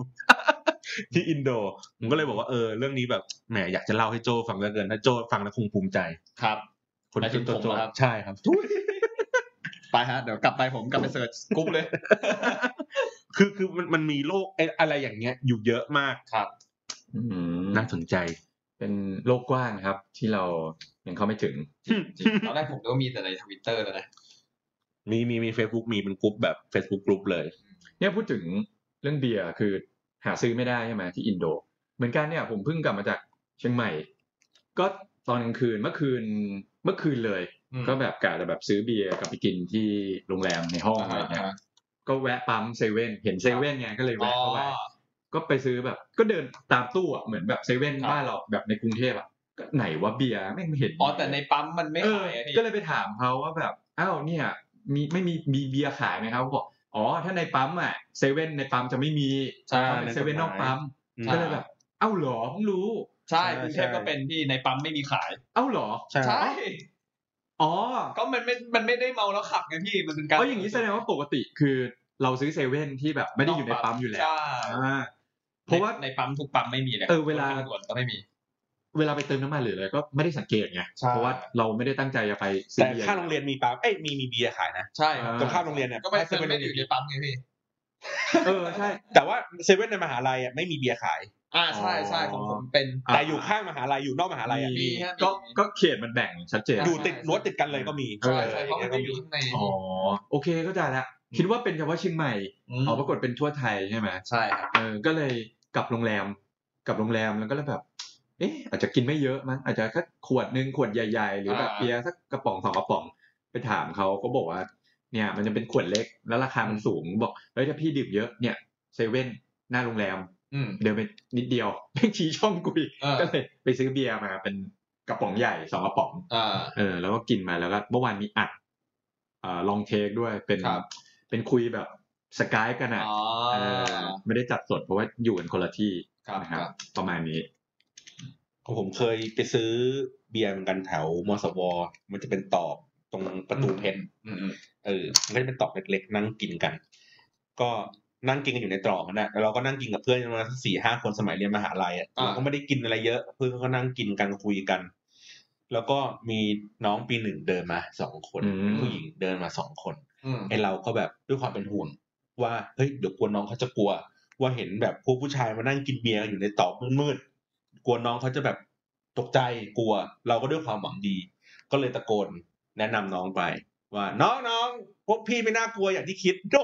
S3: *laughs* ที่อินโดผมก็เลยบอกว่าเออเรื่องนี้แบบแหมอยากจะเล่าให้โจฟังเหลือเกินถ้าโจฟังแล้วคงภูมิใจ
S1: ครับ
S3: คน
S1: หมายถึ
S3: ที่
S1: ง
S3: โจ
S1: ผมเหรอครับ
S3: ใช่ครับ *laughs*
S1: ไปฮะเดี๋ยวกลับไปผมกลับไปเสิร์ชกรุ๊ปเลย
S3: คือคือมันมันมีโลกไอ้อะไรอย่างเงี้ย อยู่เยอะมาก
S1: ครับ
S2: อืม
S3: น่าสนใจ
S2: เป็นโลกกว้างครับ ที่เรายังเข้าไม่ถึง
S1: จริงตอนแรกผมก็มีแต่ในทวิตเตอร์แล้วนะ
S3: มีมีมีเฟซบุ๊กมีเป็นกลุ่มแบบ Facebook กลุ่มเลย
S2: เนี่ยพูดถึงเรื่องเบียร์คือหาซื้อไม่ได้ใช่ไหมที่อินโด เหมือนกันเนี่ยผมเพิ่งกลับมาจากเชียงใหม่ ก็ตอนกลางคืนเมื่อคืนเมื่อคืนเลย
S1: อืม
S2: ก็แบบกะจะแบบซื้อเบียร์กลับไปกินที่โรงแรมในห้องอะไรเงี้ย
S1: อ่า
S2: ก็แวะปั๊มเซเว่นเห็นเซเว่นไงก็เลย
S1: อ๋อ
S2: แวะเข้าไปก็ไปซื้อแบบ ก็เดินตามตู้อะเหมือนแบบเซเว่น
S1: ครับ
S2: บ้านเราแบบในกรุงเทพอะก็ไหนว่าเบียร์แม่งไม่เห็น
S1: อ๋อแต่ในปั๊มมันไม่
S2: เออ
S1: ขายอะพี่
S2: ก็เลยไปถามเขาว่าแบบอ้าวเนี่ย มีไม่มีมีเบียร์ขายไหมครับเขาบอกอ๋อถ้าในปั๊มอะเซเว่นในปั๊มจะไม่มี
S1: ใช่
S2: เขาเป็นเซเว่นนอกปั๊ม
S3: อืม
S2: ก็เลยแบบ เอ้าเหรอเพิ่งรู้
S1: ใช่
S3: ใช่
S1: กรุงเทพก็เป็นที่ในปั๊มไม่มีขาย
S2: เอ้าเหรอ
S3: ใช่
S1: ใช่
S2: อ๋อ
S1: ก็มันไม่ มันไม่ได้เมาแล้วขับไงพี่ มันเป็นการ
S2: ก็อย่างนี้แสดงว่าปกติคือเราซื้อเซเว่นที่แบบไม่ได้อยู่ในปั๊มอยู่แล้ว
S1: ใช่
S2: อ่าเพราะว่า
S1: ในปั๊มทุกปั๊มไม่มีเลย
S2: เออเวลา
S1: ทงด่วนก็ไม่มี
S2: เวลาไปเติมน้ำมันหรืออะไรก็ไม่ได้สังเกตไง
S1: ใช่
S2: เพราะว่าเราไม่ได้ตั้งใจจะไปซื้
S3: แต่
S2: อเบียร์
S3: ข้างโรงเรียนมีปั๊มเอ้ยมีมีเบียร์ขายนะ
S1: ใช่ครับ
S2: อ่า
S3: ตรงข้างโรงเรียนเนี่ย
S1: ก็ไม่
S3: ให้
S1: ไม่
S3: เซเว่น
S1: ได้อยู่ในปั๊มไงพี่
S3: เออใช่ แต่ว่าเซเว่นในมหาลัยอ่ะไม่มีเบียร์ขาย
S1: อ่าใช่ใช่ของผมเป็น
S2: อ่า
S3: แต่อยู่ข้างมหาลัยอยู่นอกมหาลัยอ่ะ
S2: มีก็ก็เขตมันแบ่งชัดเจน
S3: อยู่ติดรั้วติดกันเลยก็มี
S2: เออ
S1: ใช่ใช่เพราะมันจะอยู่ข้างใน
S2: อ๋อโอเคเข้าใจละคิดว่าเป็นเฉพาะเชียงใหม่อ๋อปรากฏเป็นทั่วไทยใช่ไหม
S1: ใช่ครับ
S2: เออก็เลยกลับโรงแรมกลับโรงแรมแล้วก็เลยแบบ เอ๊ะอาจจะกินไม่เยอะมั้งอาจจะแค่ขวดหนึ่งขวดใหญ่ ๆ หรือแบบ
S1: อ่า
S2: เบียร์สักกระป๋องสองกระป๋องไปถามเขาก็บอกว่า เนี่ย มันจะเป็นขวดเล็กแล้วราคามันสูงบอกเฮ้ยถ้าพี่ดื่มเยอะเนี่ยเซเว่นหน้าโรงแรม
S1: อืม
S2: เดินไปนิดเดียวแม่งชี้ช่องกูอีก
S1: เออ
S2: ก็เลยไปซื้อเบียร์มาเป็นกระป๋องใหญ่สองกระป๋อง
S1: อ่า
S2: เออแล้วก็กินมาแล้วก็เมื่อวานมีอัดเอ่อลองเทคด้วยเป็น
S1: ครับ
S2: เป็นคุยแบบสกายกันอ่ะ
S1: อ๋อ
S2: เออไม่ได้จัดสดเพราะว่าอยู่กันคนละที่
S1: ครับ
S2: นะ
S1: ค
S2: ครับ
S1: รับ
S2: ประมาณนี้
S3: ของผมเคยไปซื้อเบียร์เหมือนกันแถวมสวมันจะเป็นตอบตรงประตูเพชร
S1: อืมอืม
S3: เออ มันก็จะเป็นตอกเล็กๆ นั่งกินกัน ก็นั่งกินกันอยู่ในตรอกนั่นแหละแล้วเราก็นั่งกินกับเพื่อนประมาณสี่ห้าคนสมัยเรียนมหาลัยอ่ะ
S1: อ่า
S3: เราก็ไม่ได้กินอะไรเยอะ เพื่อนก็นั่งกินกันคุยกัน แล้วก็มีน้องปีหนึ่งเดินมาสองคน
S2: อืม
S3: เป็นผู้หญิงเดินมาสองคน
S1: อืม
S3: ไอเราก็แบบด้วยความเป็นห่วง ว่าเฮ้ยเดี๋ยวกลัวน้องเขาจะกลัว ว่าเห็นแบบพวกผู้ชายมานั่งกินเบียร์อยู่ในตอกมืดๆกลัวน้องเขาจะแบบตกใจกลัว เราก็ด้วยความหวังดี ก็เลยตะโกนแนะนำน้องไป ว่าน้องน้องพวกพี่ไม่น่ากลัวอย่างที่คิด *laughs* โด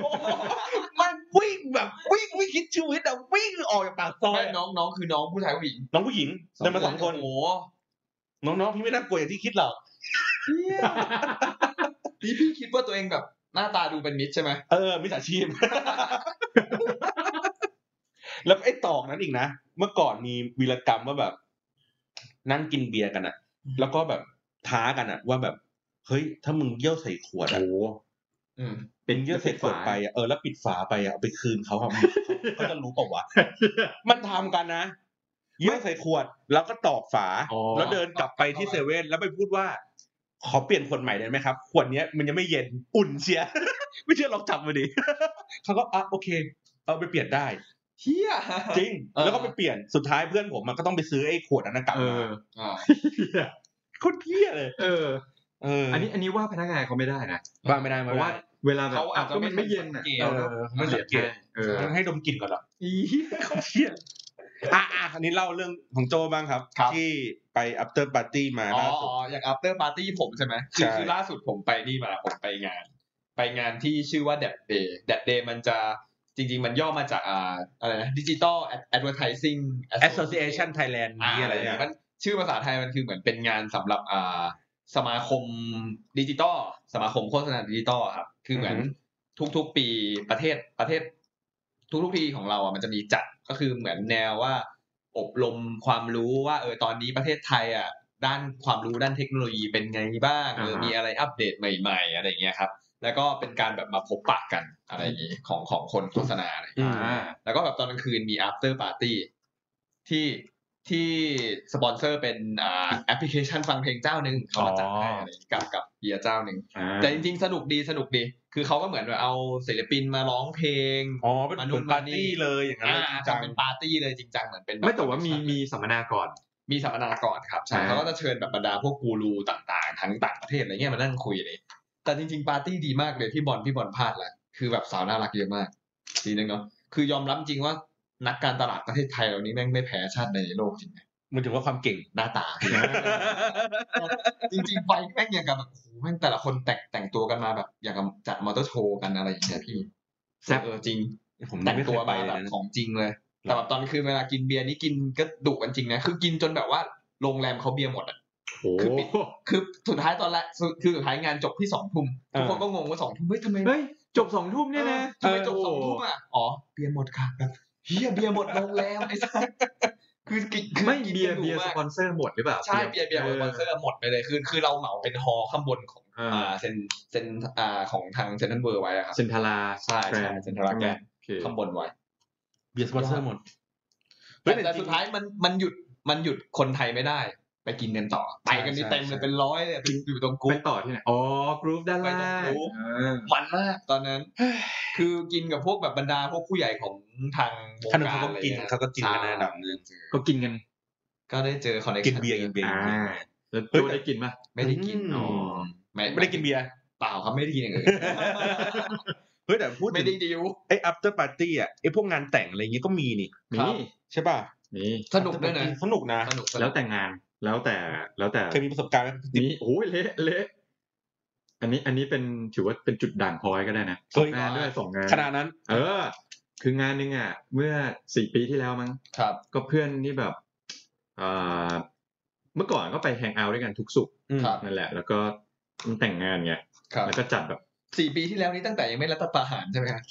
S3: มันวิ่งแบบวิ่งวิ่งคิดชีวิตอะวิ่งออกจากปากซอย
S1: ไม่
S3: อะ
S1: น้องน้องคือน้องผู้ชายผู้หญิง
S3: น้องผู้หญิงเดินมาสองคน
S1: โอ้โห
S3: น้องๆพี่ไม่น่ากลัวอย่างที่คิดหรอก
S1: นี่พี่คิดว่าตัวเองแบบหน้าตาดูเป็นมิตรใช่ไหม
S3: เออมิจฉาชีพ *laughs* แล้วไอ้ตอกนั้นอีกนะ เมื่อก่อนมีวีรกรรมว่าแบบ นั่งกินเบียร์กันอะแล้วก็แบบท้ากันอะว่าแบบเฮ้ยถ้ามึงเยี่ยวใส่ขวด
S2: โอ้
S3: อะ
S2: โห
S1: อืม
S2: เป็น
S3: มึ
S2: เย
S3: งเยี่ย
S2: อะ
S3: วใส่ขวดไปอะเออแล้วปิดฝาไปอะเอาไปคืนเขาอะ *laughs* เขาจะรู้เป
S2: *laughs*
S3: ล่าวะ มันทำกันนะเยี่ยวใส่ขวด แล้วก็ตอกฝา
S2: อ๋อ
S3: แล้วเดินกลับไปที่เซเว่นแล้วไปพูดว่า ขอเปลี่ยนขวดใหม่ได้ไหมครับ ขวดเนี้ยมันยังไม่เย็นอุ่นเชียร์ *laughs* ไม่เชื่อลองจับมาดิ *laughs* เขาก็อ่ะโอเค เอาไปเปลี่ยนได้
S1: เฮีย
S3: จริง
S1: เออ
S3: แล้วก็ไปเปลี่ยนสุดท้ายเพื่อนผมมันก็ต้องไปซื้อไอ้ขวดนั้นนะกลับ
S2: เอ
S3: มา
S2: อ
S1: อ่า
S3: โคตรเที่ยเลย
S2: เออ
S3: เออ
S2: อันนี้อันนี้ว่าพนักงานเขาไม่ได้นะ
S3: ว่าไม่ได้
S2: เพ
S3: ไม่
S2: ราะ
S3: ได้
S2: ว่าเวลาแบบ
S1: เขาอาจจะ
S2: ก็มันไม่เย็น
S1: สั
S2: อ่ะ
S1: งเกต
S3: เออไม่สังเกต
S2: เออ
S3: ต้องให้ดมกลิ่นก่อนเหรอ
S2: อี
S3: เขาเที่ย
S1: *laughs*
S3: อ่ะอ่ะอันนี้เล่าเรื่องของโจบ้างครับ
S1: ครับ
S3: ที่ไป after party มา
S1: อ๋อ
S3: ล่าสุด
S1: อ๋ออย่าง after party ผมใช่ไหมคือ
S3: ใช่
S1: คือล่าสุดผมไปนี่มาผมไปงาน ไปงานที่ชื่อว่า d a d Day d a d Day มันจะจริง ๆ มันย่อมาจากอ่าอะไรนะ Digital Advertising
S3: Association Thailand
S1: อ่า
S3: นี่
S1: อะ
S3: อะไร
S1: อ
S3: ไร
S1: ย่าง
S3: เนี่ย
S1: เงี้ยมันชื่อภาษาไทยมันคือเหมือนเป็นงานสำหรับอ่าสมาคมดิจิตอลสมาคมโฆษณาดิจิตอลครับ คือเหมือน
S3: อือ
S1: ทุกๆปีประเทศประเทศ ทุกๆปีของเราอ่ะมันจะมีจัดก็คือเหมือนแนวว่า อบรมความรู้ว่าเออตอนนี้ประเทศไทยอ่ะด้านความรู้ด้านเทคโนโลยีเป็นไงบ้างเออมีอะไรอัปเดตใหม่ๆ อะไรอย่างเงี้ยครับ แล้วก็เป็นการแบบมาพบปะกันอะไรอย่างงี้ของของคนโฆษณาอะไรอย่างเงี้ย
S3: อืม
S2: อ่า
S1: แล้วก็แบบตอนกลางคืนมี after party ที่ที่สปอนเซอร์เป็นอ่าแอปพลิเคชันฟังเพลงเจ้าหนึ่งเขามาจัดให้อะไรกับกับเบียร์เจ้าหนึ่ง
S2: อ่า
S1: แต่จริงๆ สนุกดีสนุกดี คือเขาก็เหมือนแบบเอาศิลปินมาร้องเพลง
S3: อ๋อเป็น
S1: มานู่น
S3: เหมือนปาร์
S1: มา
S3: ตี้
S1: นี่
S3: เลยอย่างนั้น
S1: อ่า
S3: เลยจริง
S1: จั
S3: จั
S1: ดเป็น
S3: ง
S1: ปาร์ตี้เลยจริงจังเหมือนเป็นบบ
S2: ไม่แต่ว่ามีมีสัมมนาก่อน
S1: มีสัมมนาก่อนครับใช่
S2: อ่า
S1: เขาก็จะเชิญแบบบรรดาพวกกูรูต่างๆ ทั้งต่างประเทศอะไรเงี้ยมานั่งคุยเลย แต่จริงๆ ปาร์ตี้ดีมากเลยพี่บอลพี่บอลพลาดละคือแบบสาวน่ารักเยอะมากดีนึงเนาะคือยอมรับจริงว่านักการตลาดประเทศไทยเรานี้แม่งไม่แพ้ชาติใดในโลกจริง
S3: มันถือว่าความเก่ง
S1: หน้าตา จริงๆไปแม่งอย่างกับแบบโอ้โหแม่งแต่ละคนแต่งแต่งตัวกันมาแบบอย่างกับจัดมอเตอร์โชว์กันอะไรอย่างเงี้ยพี่
S2: แซ่บ
S1: เออจริง
S3: ผม
S1: แต่ง
S3: ไม่เค
S1: ตัวย
S3: ไป
S1: มา
S3: เล
S1: แบบ
S3: ยนะ
S1: ของจริงเลย แต่แบบตอนคืนเวลากินเบียร์นี่กินก็ดุกันจริงนะคือกินจนแบบว่าโรงแรมเขาเบียร์หมดอ่ะ
S2: โอ้
S1: คือ
S2: โห
S1: คือสุดท้ายตอนแรกสุดคือสุดท้ายงานจบที่สองทุ่มทุกคนก็งงว่าสองทุ่มเฮ้ยทำไม
S2: เฮ้ยจบสองทุ่มเนี่ยนะ
S1: ทำไมจบสองทุ่มอ่ะ อ๋อ เบียร์หมดค่ะแบบเฮียเบียร์หมดโรงแรมไอ้สัสคือกินคือ
S2: ไม่
S1: กิน
S2: เบียร์
S1: กันอ
S2: เบียร์ส
S1: มาก
S2: ปอนเซอร์หมดหรือเปล่า
S1: ใช่เบียร์เบียร์สปอนเซอร์หมดไปเลยคือคือเราเหมาเป็นฮอข้างบนของ
S2: อ่า
S1: อ่าเซนเซนอ่าของทางเซนทันเวอร์ไว้อะครับ
S2: เซนทารา
S1: ใช่ใช่เซ็นทรัลลาดแกรนด์
S2: โอเค
S1: ข้างบนไว้
S3: เบียร์สปอนเซอร์หมดเฮ้
S1: แต่
S3: ย
S1: แต่
S3: จริง
S1: สุดท้ายมันมันหยุดมันหยุดคนไทยไม่ได้ ไปกินกันต่อ ไปกันนี่
S3: ใช่
S1: เต็มเล
S3: ใช่
S1: ยเป็นร้อยเลยอะอยู่ตรงกรุ๊
S2: ไป
S1: ป
S2: ต่อที่ไหน อ๋อกรุ๊ปด้านล่า
S1: ไปตรง
S2: ง
S1: กรุ๊ป
S2: อ่า
S1: มันมากตอนนั้น *sighs* คือกินกับพวกแบบบรรดาพวกผู้ใหญ่ของทางวง
S3: ขนม
S1: การ
S3: เขาก็
S1: อะไร
S3: กิน
S1: เงี้ย
S3: เขาก็กินกันในระดับหนึง
S2: ก็กินกัน
S1: ก็ได้เจอคอนเนค
S3: กินเบียร์กินเบียร์
S2: อ่า
S3: กินเบียร์
S2: แล้ว
S3: เฮ้ย
S2: โจ
S3: แต่
S2: ได้กินปะ
S1: ไม่ได้กิน
S2: อ๋อ
S1: ไม่
S3: ไม่ได้กินเบียร์
S1: เปล่าครับไม่ได้กินอย่างอื่น
S3: เฮ้ยแต่พูด
S1: ไม่
S3: ถึง
S1: ได้ดิว
S3: ไอ้ after party อ่ะไอ้พวกงานแต่งอะไรเงี้ยก็มีนี่
S1: ครับ
S2: นี่
S3: ใช่ป่ะ
S2: นี่
S1: สนุกด้วยนะ
S3: สนุกนะ
S1: สนุกสนุก
S2: แล้วแต่งานแล้วแต่แล้วแต่
S3: เคยมีประสบการณ์ไหม
S2: นี่โอ้ยเละเละอันนี้อันนี้เป็นถือว่าเป็นจุดด่างพร้อยก็ได้นะสองงานด้วยสองงาน
S3: ขนาดนั้น
S2: เออ คืองานหนึงอ่ะ เมื่อสี่ปีที่แล้วมั้ง
S1: ครับ
S2: ก็เพื่อนนี่แบบเอ่อเมื่อก่อนก็ไปแฮงเอาท์ด้วยกันทุกสุข
S3: อืม
S1: ครับ
S2: นั่นแหละ แล้วก็มันแต่งงานไง
S1: ครับ
S2: แล้วก็จัดแบบ
S1: สี่ปีที่แล้วนี้ตั้งแต่ยังไม่รัฐประหารใช่ไหมครับ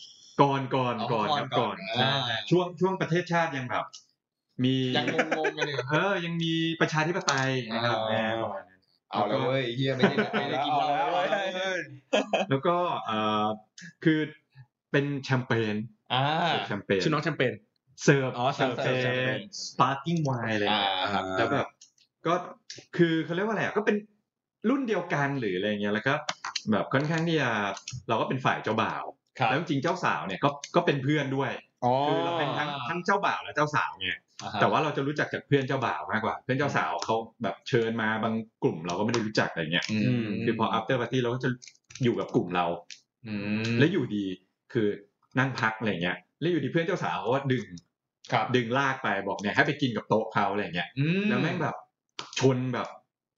S2: ก่อนก่อน
S1: อ๋อ
S2: ก่อนครับ
S1: ก่
S2: ก่
S1: อ
S2: อน น
S1: ก่อน
S2: ใช่
S1: อ่า
S2: ช่วงช่วงประเทศชาติยังแบบ มี
S1: ยังงงๆกันอยู่
S2: เออยังมีประชาธิปไตยนะครับ
S1: อ๋อ
S2: แน่ประมาณนั้น
S1: เอาแล้วเว้ยเฮียไม่ได้ไม่ได้กินเหล้าแล้วเว้ย
S2: แล้วก็เอ่อคือเป็นแชมเปญ
S1: อ่า
S2: เสิร์ฟแชมเปญ
S3: ชื่อน้องแชมเปญ
S2: เสิร์ฟ
S3: อ๋อเสิร์ฟ
S2: แชมเป
S1: เสิร์ฟแชมเปญ
S2: ญสปาร์กิ้งไวน์อะไรอย่างเงี้ย
S1: อ่าครับ
S2: แล้วแบบก็คือเขาเรียกว่าอะไรอ่ะก็เป็นรุ่นเดียวกันหรืออะไรเงี้ยแล้วก็แบบค่อนข้างที่จะเราก็เป็นฝ่ายเจ้าบ่าว
S1: ครับ
S2: แล้วจริงๆเจ้าสาวเนี่ยก็ก็เป็นเพื่อนด้วย
S3: อ๋อ
S2: คือเราเป็นทั้งทั้งเจ้าบ่าวและเจ้าสาวไง
S1: อ่ฮะ
S2: แต่ว่าเราจะรู้จักจากเพื่อนเจ้าบ่าวมากกว่า เพื่อนเจ้าสาวเขาแบบเชิญมาบางกลุ่มเราก็ไม่ได้รู้จักอะไรเงี้ย
S1: อืม
S2: คือพอ after party เราก็จะอยู่กับกลุ่มเรา
S1: อืม
S2: แล้วอยู่ดีคือนั่งพักอะไรเงี้ยแล้วอยู่ดีเพื่อนเจ้าสาวเขาก็ดึง
S1: ครับ
S2: ดึงลากไปบอกเนี่ยให้ไปกินกับโต๊ะเขาอะไรเงี้ย
S1: อืม
S2: แล้วแม่งแบบชนแบบ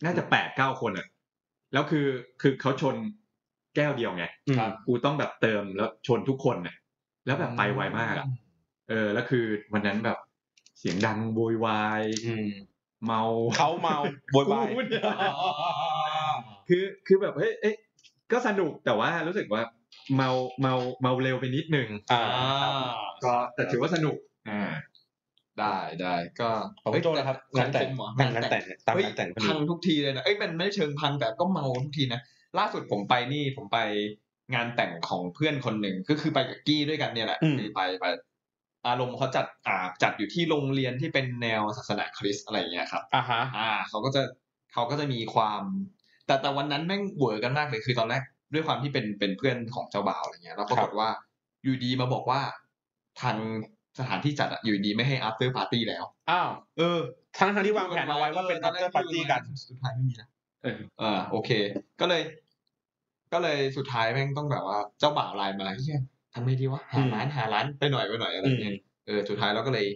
S2: น่าจะแปดเก้าคนอ่ะ แล้วคือคือเขาชนแก้วเดียวไง
S1: ครับ
S2: กูต้องแบบเติมแล้วชนทุกคนน่ะแล้วแบบไปไวมากอ่ะ เออ แล้วคือวันนั้นแบบเสียงดังโวยวาย
S3: อืม
S2: เมา
S3: เขาเมาโวยวาย
S2: กูพูดเนี่ย
S1: อ๋ออ๋ออ๋ออ๋อ
S2: คือคือแบบเฮ้ยเอ๊ะก็สนุกแต่ว่ารู้สึกว่าเมาเมาเมาเร็วไปนิดนึง
S3: อ่า
S1: อ่า
S2: ก็แต่ถือว่าสนุกอ่า
S1: ได้ได้ก็
S3: ของพี่โจนะครับงานแต่ง
S1: งาง
S3: าน น
S1: แต่ง
S3: แต่งตามงานแต่งพอดี
S1: พังทุกทีเลยนะเอ้ยมันไม่เชิงพังแต่ก็เมาทุกทีนะล่าสุดผมไปนี่ผมไปงานแต่งของเพื่อนคนหนึ่งก็คือไปกับกี้ด้วยกันเนี่ยแหละ
S3: อืม
S1: คือไปไป อารมณ์เขาจัดอ่าจัดอยู่ที่โรงเรียนที่เป็นแนวศาสนาคริสต์อะไรอย่างเงี้ยครับ
S3: อ่าฮะ
S1: อ่าเขาก็จะเขาก็จะมีความ แต่แต่วันนั้นแม่งเวอร์กันมากเลยคือตอนแรกด้วยความที่เป็นเป็นเพื่อนของเจ้าบ่าวอะไรเงี้ยแล้วปรากฏว่าอยู่ดีมาบอกว่าทางสถานที่จัดอะอยู่ดีไม่ให้ after party แล้ว
S3: อ้าว
S1: เออ
S3: ทั้งทั้งที่วางแผนเอาไว้ว่าเป็น after party กัน
S1: สุดท้ายไม่มีนะ
S2: เออ
S1: เออโอเค ก็เลย ก็เลยสุดท้ายแม่งต้องแบบว่าเจ้าบ่าวไลน์มาเฮียทำไงดีวะหาร้านหาร้านไปหน่อยไปหน่อยอะไรเงี้ยเออสุดท้ายเราก็เลย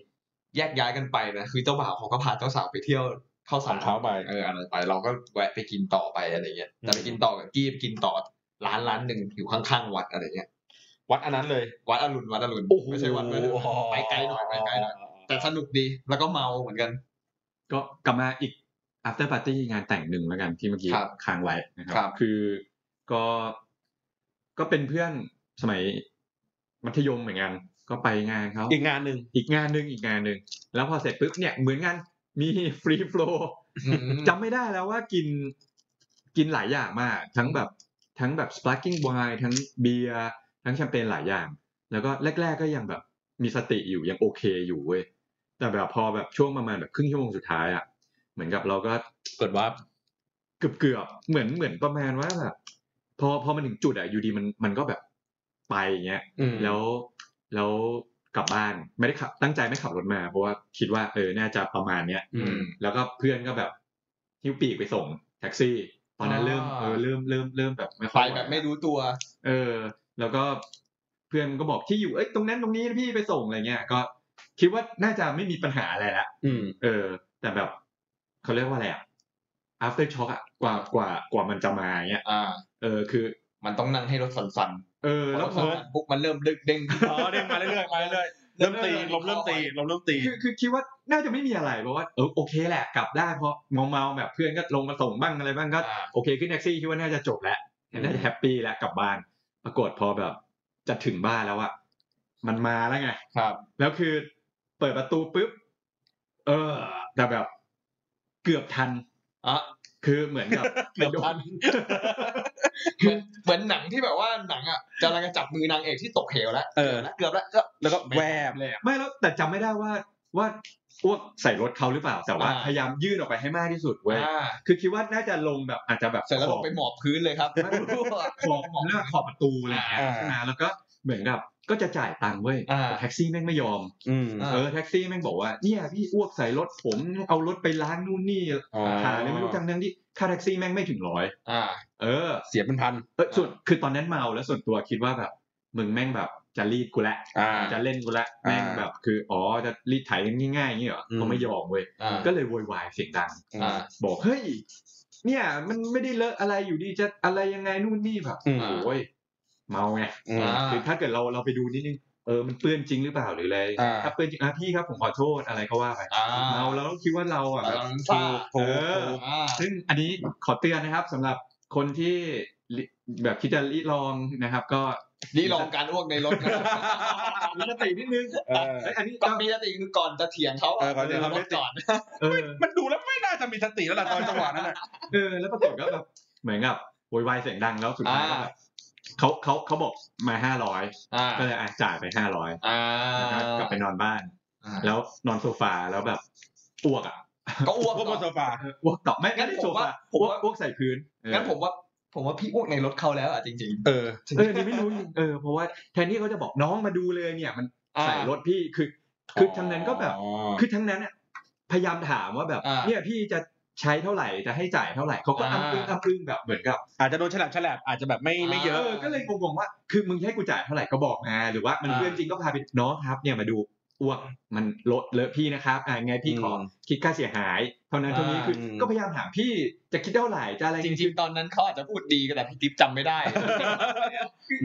S1: แยกย้ายกันไปนะคือเจ้าบ่าวเขาก็พาเจ้าสาวไปเที่ยวเข้า
S3: ข
S1: สา
S3: อง
S1: ร
S3: เขาไป
S1: เอออันนั้นไปเราก็แวะไปกินต่อไปอะไรเงี้ยแต่ไปกินต่อกับกี้ไปกินต่อร้านร้านหนึ่งอยู่ข้างๆวัดอะไรเงี้ย
S3: วัดอันนั้นเลย
S1: วัดอรุณวัดอรุณ
S3: โอ้โห
S1: ไม่ใช่วัดไม่ใช่วัดไปไกลหน่อยไปไกลหน่อยแต่สนุกดีแล้วก็เมาเหมือนกัน
S2: ก็กลับมาอีก after party งานแต่งหนึ่งแล้วกันที่เมื่อกี้
S1: ครับ
S2: ค้างไว้นะครั
S1: ครับ
S2: คือก็ก็เป็นเพื่อนสมัยมัธยมเหมือนกัน ก็ไปงานเขา
S3: อีกงานหนึ่ง
S2: อีกงานหนึ่งอีกงานหนึ่งแล้วพอเสร็จปุ๊บเนี่ยเหมือนงานมีฟรีโฟล w จำไม่ได้แล้วว่ากินกินหลายอย่างมาก ทั้งแบบทั้งแบบ sparkling wine ทั้งเบียร์ทั้งแชมเปญหลายอย่าง แล้วก็แรก ๆ ก็ยังแบบมีสติอยู่ยังโอเคอยู่เว้ยแต่แบบพอแบบช่วงประมาณแบบครึ่งชั่วโมงสุดท้ายอะ่ะ เหมือนกับเราก็
S3: เกิดว่า
S2: เกือบเกือบๆเหมือนเหมือนประมาณว่าแบบพอพอมันถึงจุดอะ่ะอยู่ดีมันมันก็แบบไปอย่างเงี้ย
S3: อืม
S2: แล้วแล้วกลับบ้านไม่ได้ขับตั้งใจไม่ขับรถมา เพราะว่าคิดว่าเออน่าจะประมาณเนี้ย
S3: อืม
S2: แล้วก็เพื่อนก็แบบหิ้วปีกไปส่งแท็กซี่ ตอนนั้นเริ่ม
S1: อ่า
S2: เออเริ่มเริ่มเริ่มแบบไม่ค่
S1: ไป
S2: อยหว
S1: แบบไม่รู้ตัว
S2: เออ แล้วก็เพื่อนก็บอกที่อยู่เอ้ยตรงนั้นตรงนี้พี่ไปส่งอะไรเงี้ยก็คิดว่าน่าจะไม่มีปัญหาอะไรละ
S3: อืม
S2: เออ แต่แบบเขาเรียกว่าอะไรอะ after shock อะกว่ากว่ากว่ามันจะมาเงี้ย
S1: อ่า
S2: เออคือ
S1: มันต้องนั่งให้รถสั่น
S2: เออ
S1: ๆ
S2: แล้ว
S1: พ
S2: พ
S1: อร
S2: อ
S1: ถสั่นปุ๊บมันเริ่มดึกเด้ง
S3: อ๋อเด้งมาเรื่อยๆมาเรื่อยๆเริ่มตีลมเริ่มตีลมเริ่มตี
S2: คือคือคิดว่าน่าจะไม่มีอะไรเพราะว่าเออโอเคแหละกลับได้เพราะเมาเมาๆแบบเพื่อนก็ลงมาส่งบ้างอะไรบ้างก็
S1: อ่า
S2: โอเคขึ้นแท็กซี่คิดว่าน่าจะจบแล้วน่าจะแฮปปี้แล้วกลับบ้านปรากฏพอแบบจะถึงบ้านแล้วอะมันมาแล้วไง
S1: ครับ
S2: แล้วคือเปิดประตูปุ๊บเออ แต่แบบเกือบทัน
S1: อ่ะ
S2: คือเหมือน
S1: *laughs*
S2: กับ
S3: เกือบทัน
S1: เหมือนเหมือนหนังที่แบบว่าหนังอ่ะจะกำลังจะจับมือนางเอกที่ตกเหวแล้ว
S3: เออ
S1: เกือบแล้วก็
S3: แล้วก็แวบ
S2: ไม่แล้วแต่จำไม่ได้ว่าว่าอ้วกใส่รถเขาหรือเปล่า แต่ว่าพยายามยื่นออกไปให้มากที่สุดเว้ย
S1: อ่า
S2: คือคิดว่าน่าจะลงแบบอาจจะแบบ
S1: เสร็จแล้วลงไปหมอบพื้นเลยครับ
S2: ขอบเรื่องขอบประตูอะไรอย่างเงี้ย
S3: อ่า
S2: ใช่ไหมแล้วก็เหมือนกับก็จะจ่ายตังค์เว้ย
S1: อ่า
S2: แต่แท็กซี่แม่งไม่ยอม
S3: อืม
S1: อ่า
S2: เออแท็กซี่แม่งบอกว่าเนี่ยพี่อ้วกใส่รถผมเอารถไปล้างนู่นนี่
S3: อ๋อ
S2: หาเลยไม่รู้จังทั้งที่ค่าแท็กซี่แม่งไม่ถึงร้อย
S1: อ่า
S2: เออ
S3: เสียเป็นพัน
S2: เออส่วนคือตอนนั้นเมาแล้วส่วนตัวคิดว่าแบบ มึงแม่งแบบจะรีดกูละ
S3: อ่า
S2: จะเล่นกูละแม่งแบบคืออ๋อจะรีดไถกันง่ายๆอย่างนี้เหรอ
S3: อืม
S2: ก็ไม่ยอมเว้ย
S1: อ่า
S2: ก็เลยโวยวายเสียงดัง
S1: อ่า
S2: บอกเฮ้ยเนี่ย มันไม่ได้เลอะอะไรอยู่ดีจะอะไรยังไงนู่นนี่แบบ
S3: อืม
S1: อ่า
S2: โอ้ยเมาไง
S3: อืม
S1: อ่า
S2: คือถ้าเกิดเราเราไปดูนิดนึงเออมันเปื้อนจริงหรือเปล่าหรืออะไร
S3: อ่า
S2: ถ้าเปื้อนจริงอ่ะพี่ครับผมขอโทษอะไรก็ว่าไป
S1: อ่า
S2: เมาแล้วคิดว่าเราอ่ะแบบ
S1: เราซ่า
S2: เออ
S1: อ่า
S2: ซึ่งอันนี้ขอเตือนนะครับสำหรับคนที่ลิแบบคิดจะลิลองนะครับ ก็
S1: นี่ลองการอ้วกในรถนะครับ
S2: มีสตินิดนึง
S3: เออ
S2: เอ้ยอันนี้
S1: ต้
S2: ก็
S1: องมีสติคือก่อนจะเถียงเขา
S3: เออก่อนจะเถียงเขา
S1: รถก่อน
S2: เออ
S3: มันดูแล้วไม่น่าจะมีสติแล้วล่ะตอนจังหวะนั้นน่ะ
S2: เออแล้วปรากฏก็แบบเหมือนกับโวยวายเสียงดังแล้วสุดท้ายก็
S1: อ่า
S2: แบบเขาเขาเขาบอกมาห้าร้อย
S1: อ่า
S2: ก็เลยอ่ะจ่ายไปห้าร้อย
S1: อ่า
S2: กลับไปนอนบ้าน
S1: อ่า
S2: แล้วนอนโซฟาแล้วแบบอ้วกอ่ะ
S1: ก็อ้วก
S3: พวกบนโซ
S1: ก่อน
S3: ฟา
S2: อ้วกต่อไม่ไม่ได้
S1: งั้นผม
S2: โซฟา
S1: ว่าผม
S2: อ้วก
S1: ว่า
S2: อ้วกใส่พื้นเออ
S1: งั้นผมว่า ผมว่าพี่อ้วกในรถเขาแล้วอ่ะจริง
S3: เออ
S2: เออนี่ไม่รู้จริงเออเพราะว่าแทนที่เขาจะบอกน้องมาดูเลยเนี่ย มัน
S1: ๆอ่า
S2: ใส่รถพี่คือคือทางนั้นก็แบบ คือทั้งนั้นอะพยายามถามว่าแบบ
S1: อ่า
S2: เนี่ยพี่จะใช้เท่าไหร่จะให้จ่ายเท่าไหร่เขาก็
S1: อ่า
S2: อ้ำอึ้งอ้ำอึ้งแบบเหมือนกับ
S3: อาจจะโดนฉลับฉลับอาจจะแบบไม่ไม่เย
S2: เออ
S3: อะ
S2: ก็เลยงงๆว่า คือมึงให้กูจ่ายเท่าไหร่ก็บอกมาหรือว่ามัน
S1: อ่า
S2: เรื่องจริงก็พาไปน้องครับ เนี่ยมาดูอ้วกมันลดเลอะพี่นะครับอ่าไงพี่ขอ
S3: อืม
S2: คิดค่าเสียหายเท่านั้นเท่านี้คืออ
S3: ม
S2: ก็พยายามถามพี่จะคิดเท่าไหร่จะอะไร
S1: จริง ๆ ตอนนั้นเขาอาจจะพูดดีก็แต่พี่ติ๊บจำไม่ได้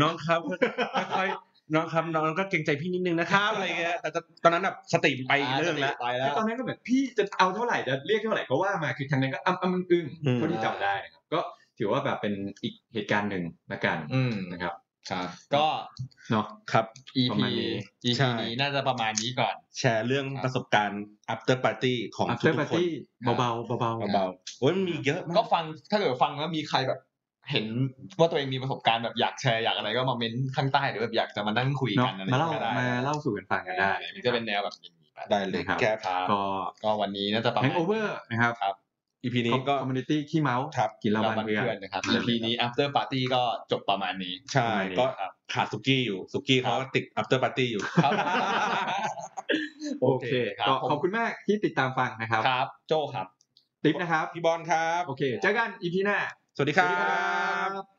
S3: น้องครับค่อยๆน้องครับน้องก็เกรงใจพี่นิดนึงนะครับอะไรเงี้ยแต่ตอนนั้นแบบสติไปอีกเรื่องแล้ว
S1: ไปแล้
S2: แล้ว
S1: ว
S2: ตอนนั้นก็แบบพี่จะเอาเท่าไหร่จะเรียกเท่าไหร่ก็ว่ามาคือทางนั้นก็อ้ำอ้ำอึ้งอึ้ง
S3: อืม
S2: เท่าที่จำได้นะครับก็ถือว่าแบบเป็นอีกเหตุการณ์หนึ่งละกัน
S1: อืม
S2: นะครับ
S1: ครับ ก็
S2: เนาะ
S3: ครับ
S2: ประ
S1: EP
S2: มาณนี้
S3: ใช่
S1: EP นี้น่าจะประมาณนี้ก่อน
S3: แชร์เรื่องประสบการณ์ after party ของทุ
S2: after
S3: กๆคน
S2: party เบาๆเบาๆ
S3: เบาๆโอ้ยมันมีเยอะมา
S1: ก็
S3: ก
S1: ฟังถ้าเกิดฟังแล้วมีใครแบบ เห็นว่าตัวเองมีประสบการณ์แบบอยากแชร์อยากอะไรก็มาเม้นข้างใต้หรือแบบอยากจะมานั่งคุย
S2: เนาะ
S1: กันอะไร
S2: มาเล่า
S1: ก็ได้
S2: มาเล่าสู่กันฟังกันได้
S1: มันจะเป็นแนวแบบอย่างนี้ไป
S3: ได้เลย
S2: นะครับ
S3: แก้
S1: ครับ
S2: ก็
S1: ก็วันนี้น่าจะประมา
S2: แฮ
S1: ณ
S2: งโอเวอร์นะครับ
S3: อีพีนี้ก็
S2: คอมมูนิตี้ขี้เมาส์
S3: ครับ
S2: กินเหล้า
S1: เรา
S2: บ้าน
S1: บัน
S2: เพื่
S1: เพื่
S2: อ
S1: อน นนะครับ
S2: ครับ
S1: EP นี้ after party ก็จบประมาณนี้
S3: ใช่ก็
S1: ครับ
S3: ขาดสุกี้อยู่สุกี้เขาติด after party อยู่
S1: ครับ
S2: โอเค
S1: ครับ
S2: ก็
S1: ผม
S2: ขอบคุณมากที่ติดตามฟังนะครับ
S1: ครับ โจครับ
S2: ติ๊บนะครับ
S3: พี่บอลครับ
S2: โอเค เจอกันอีพีหน้า
S3: สวัสดีครั
S2: สวัสดีครับ บ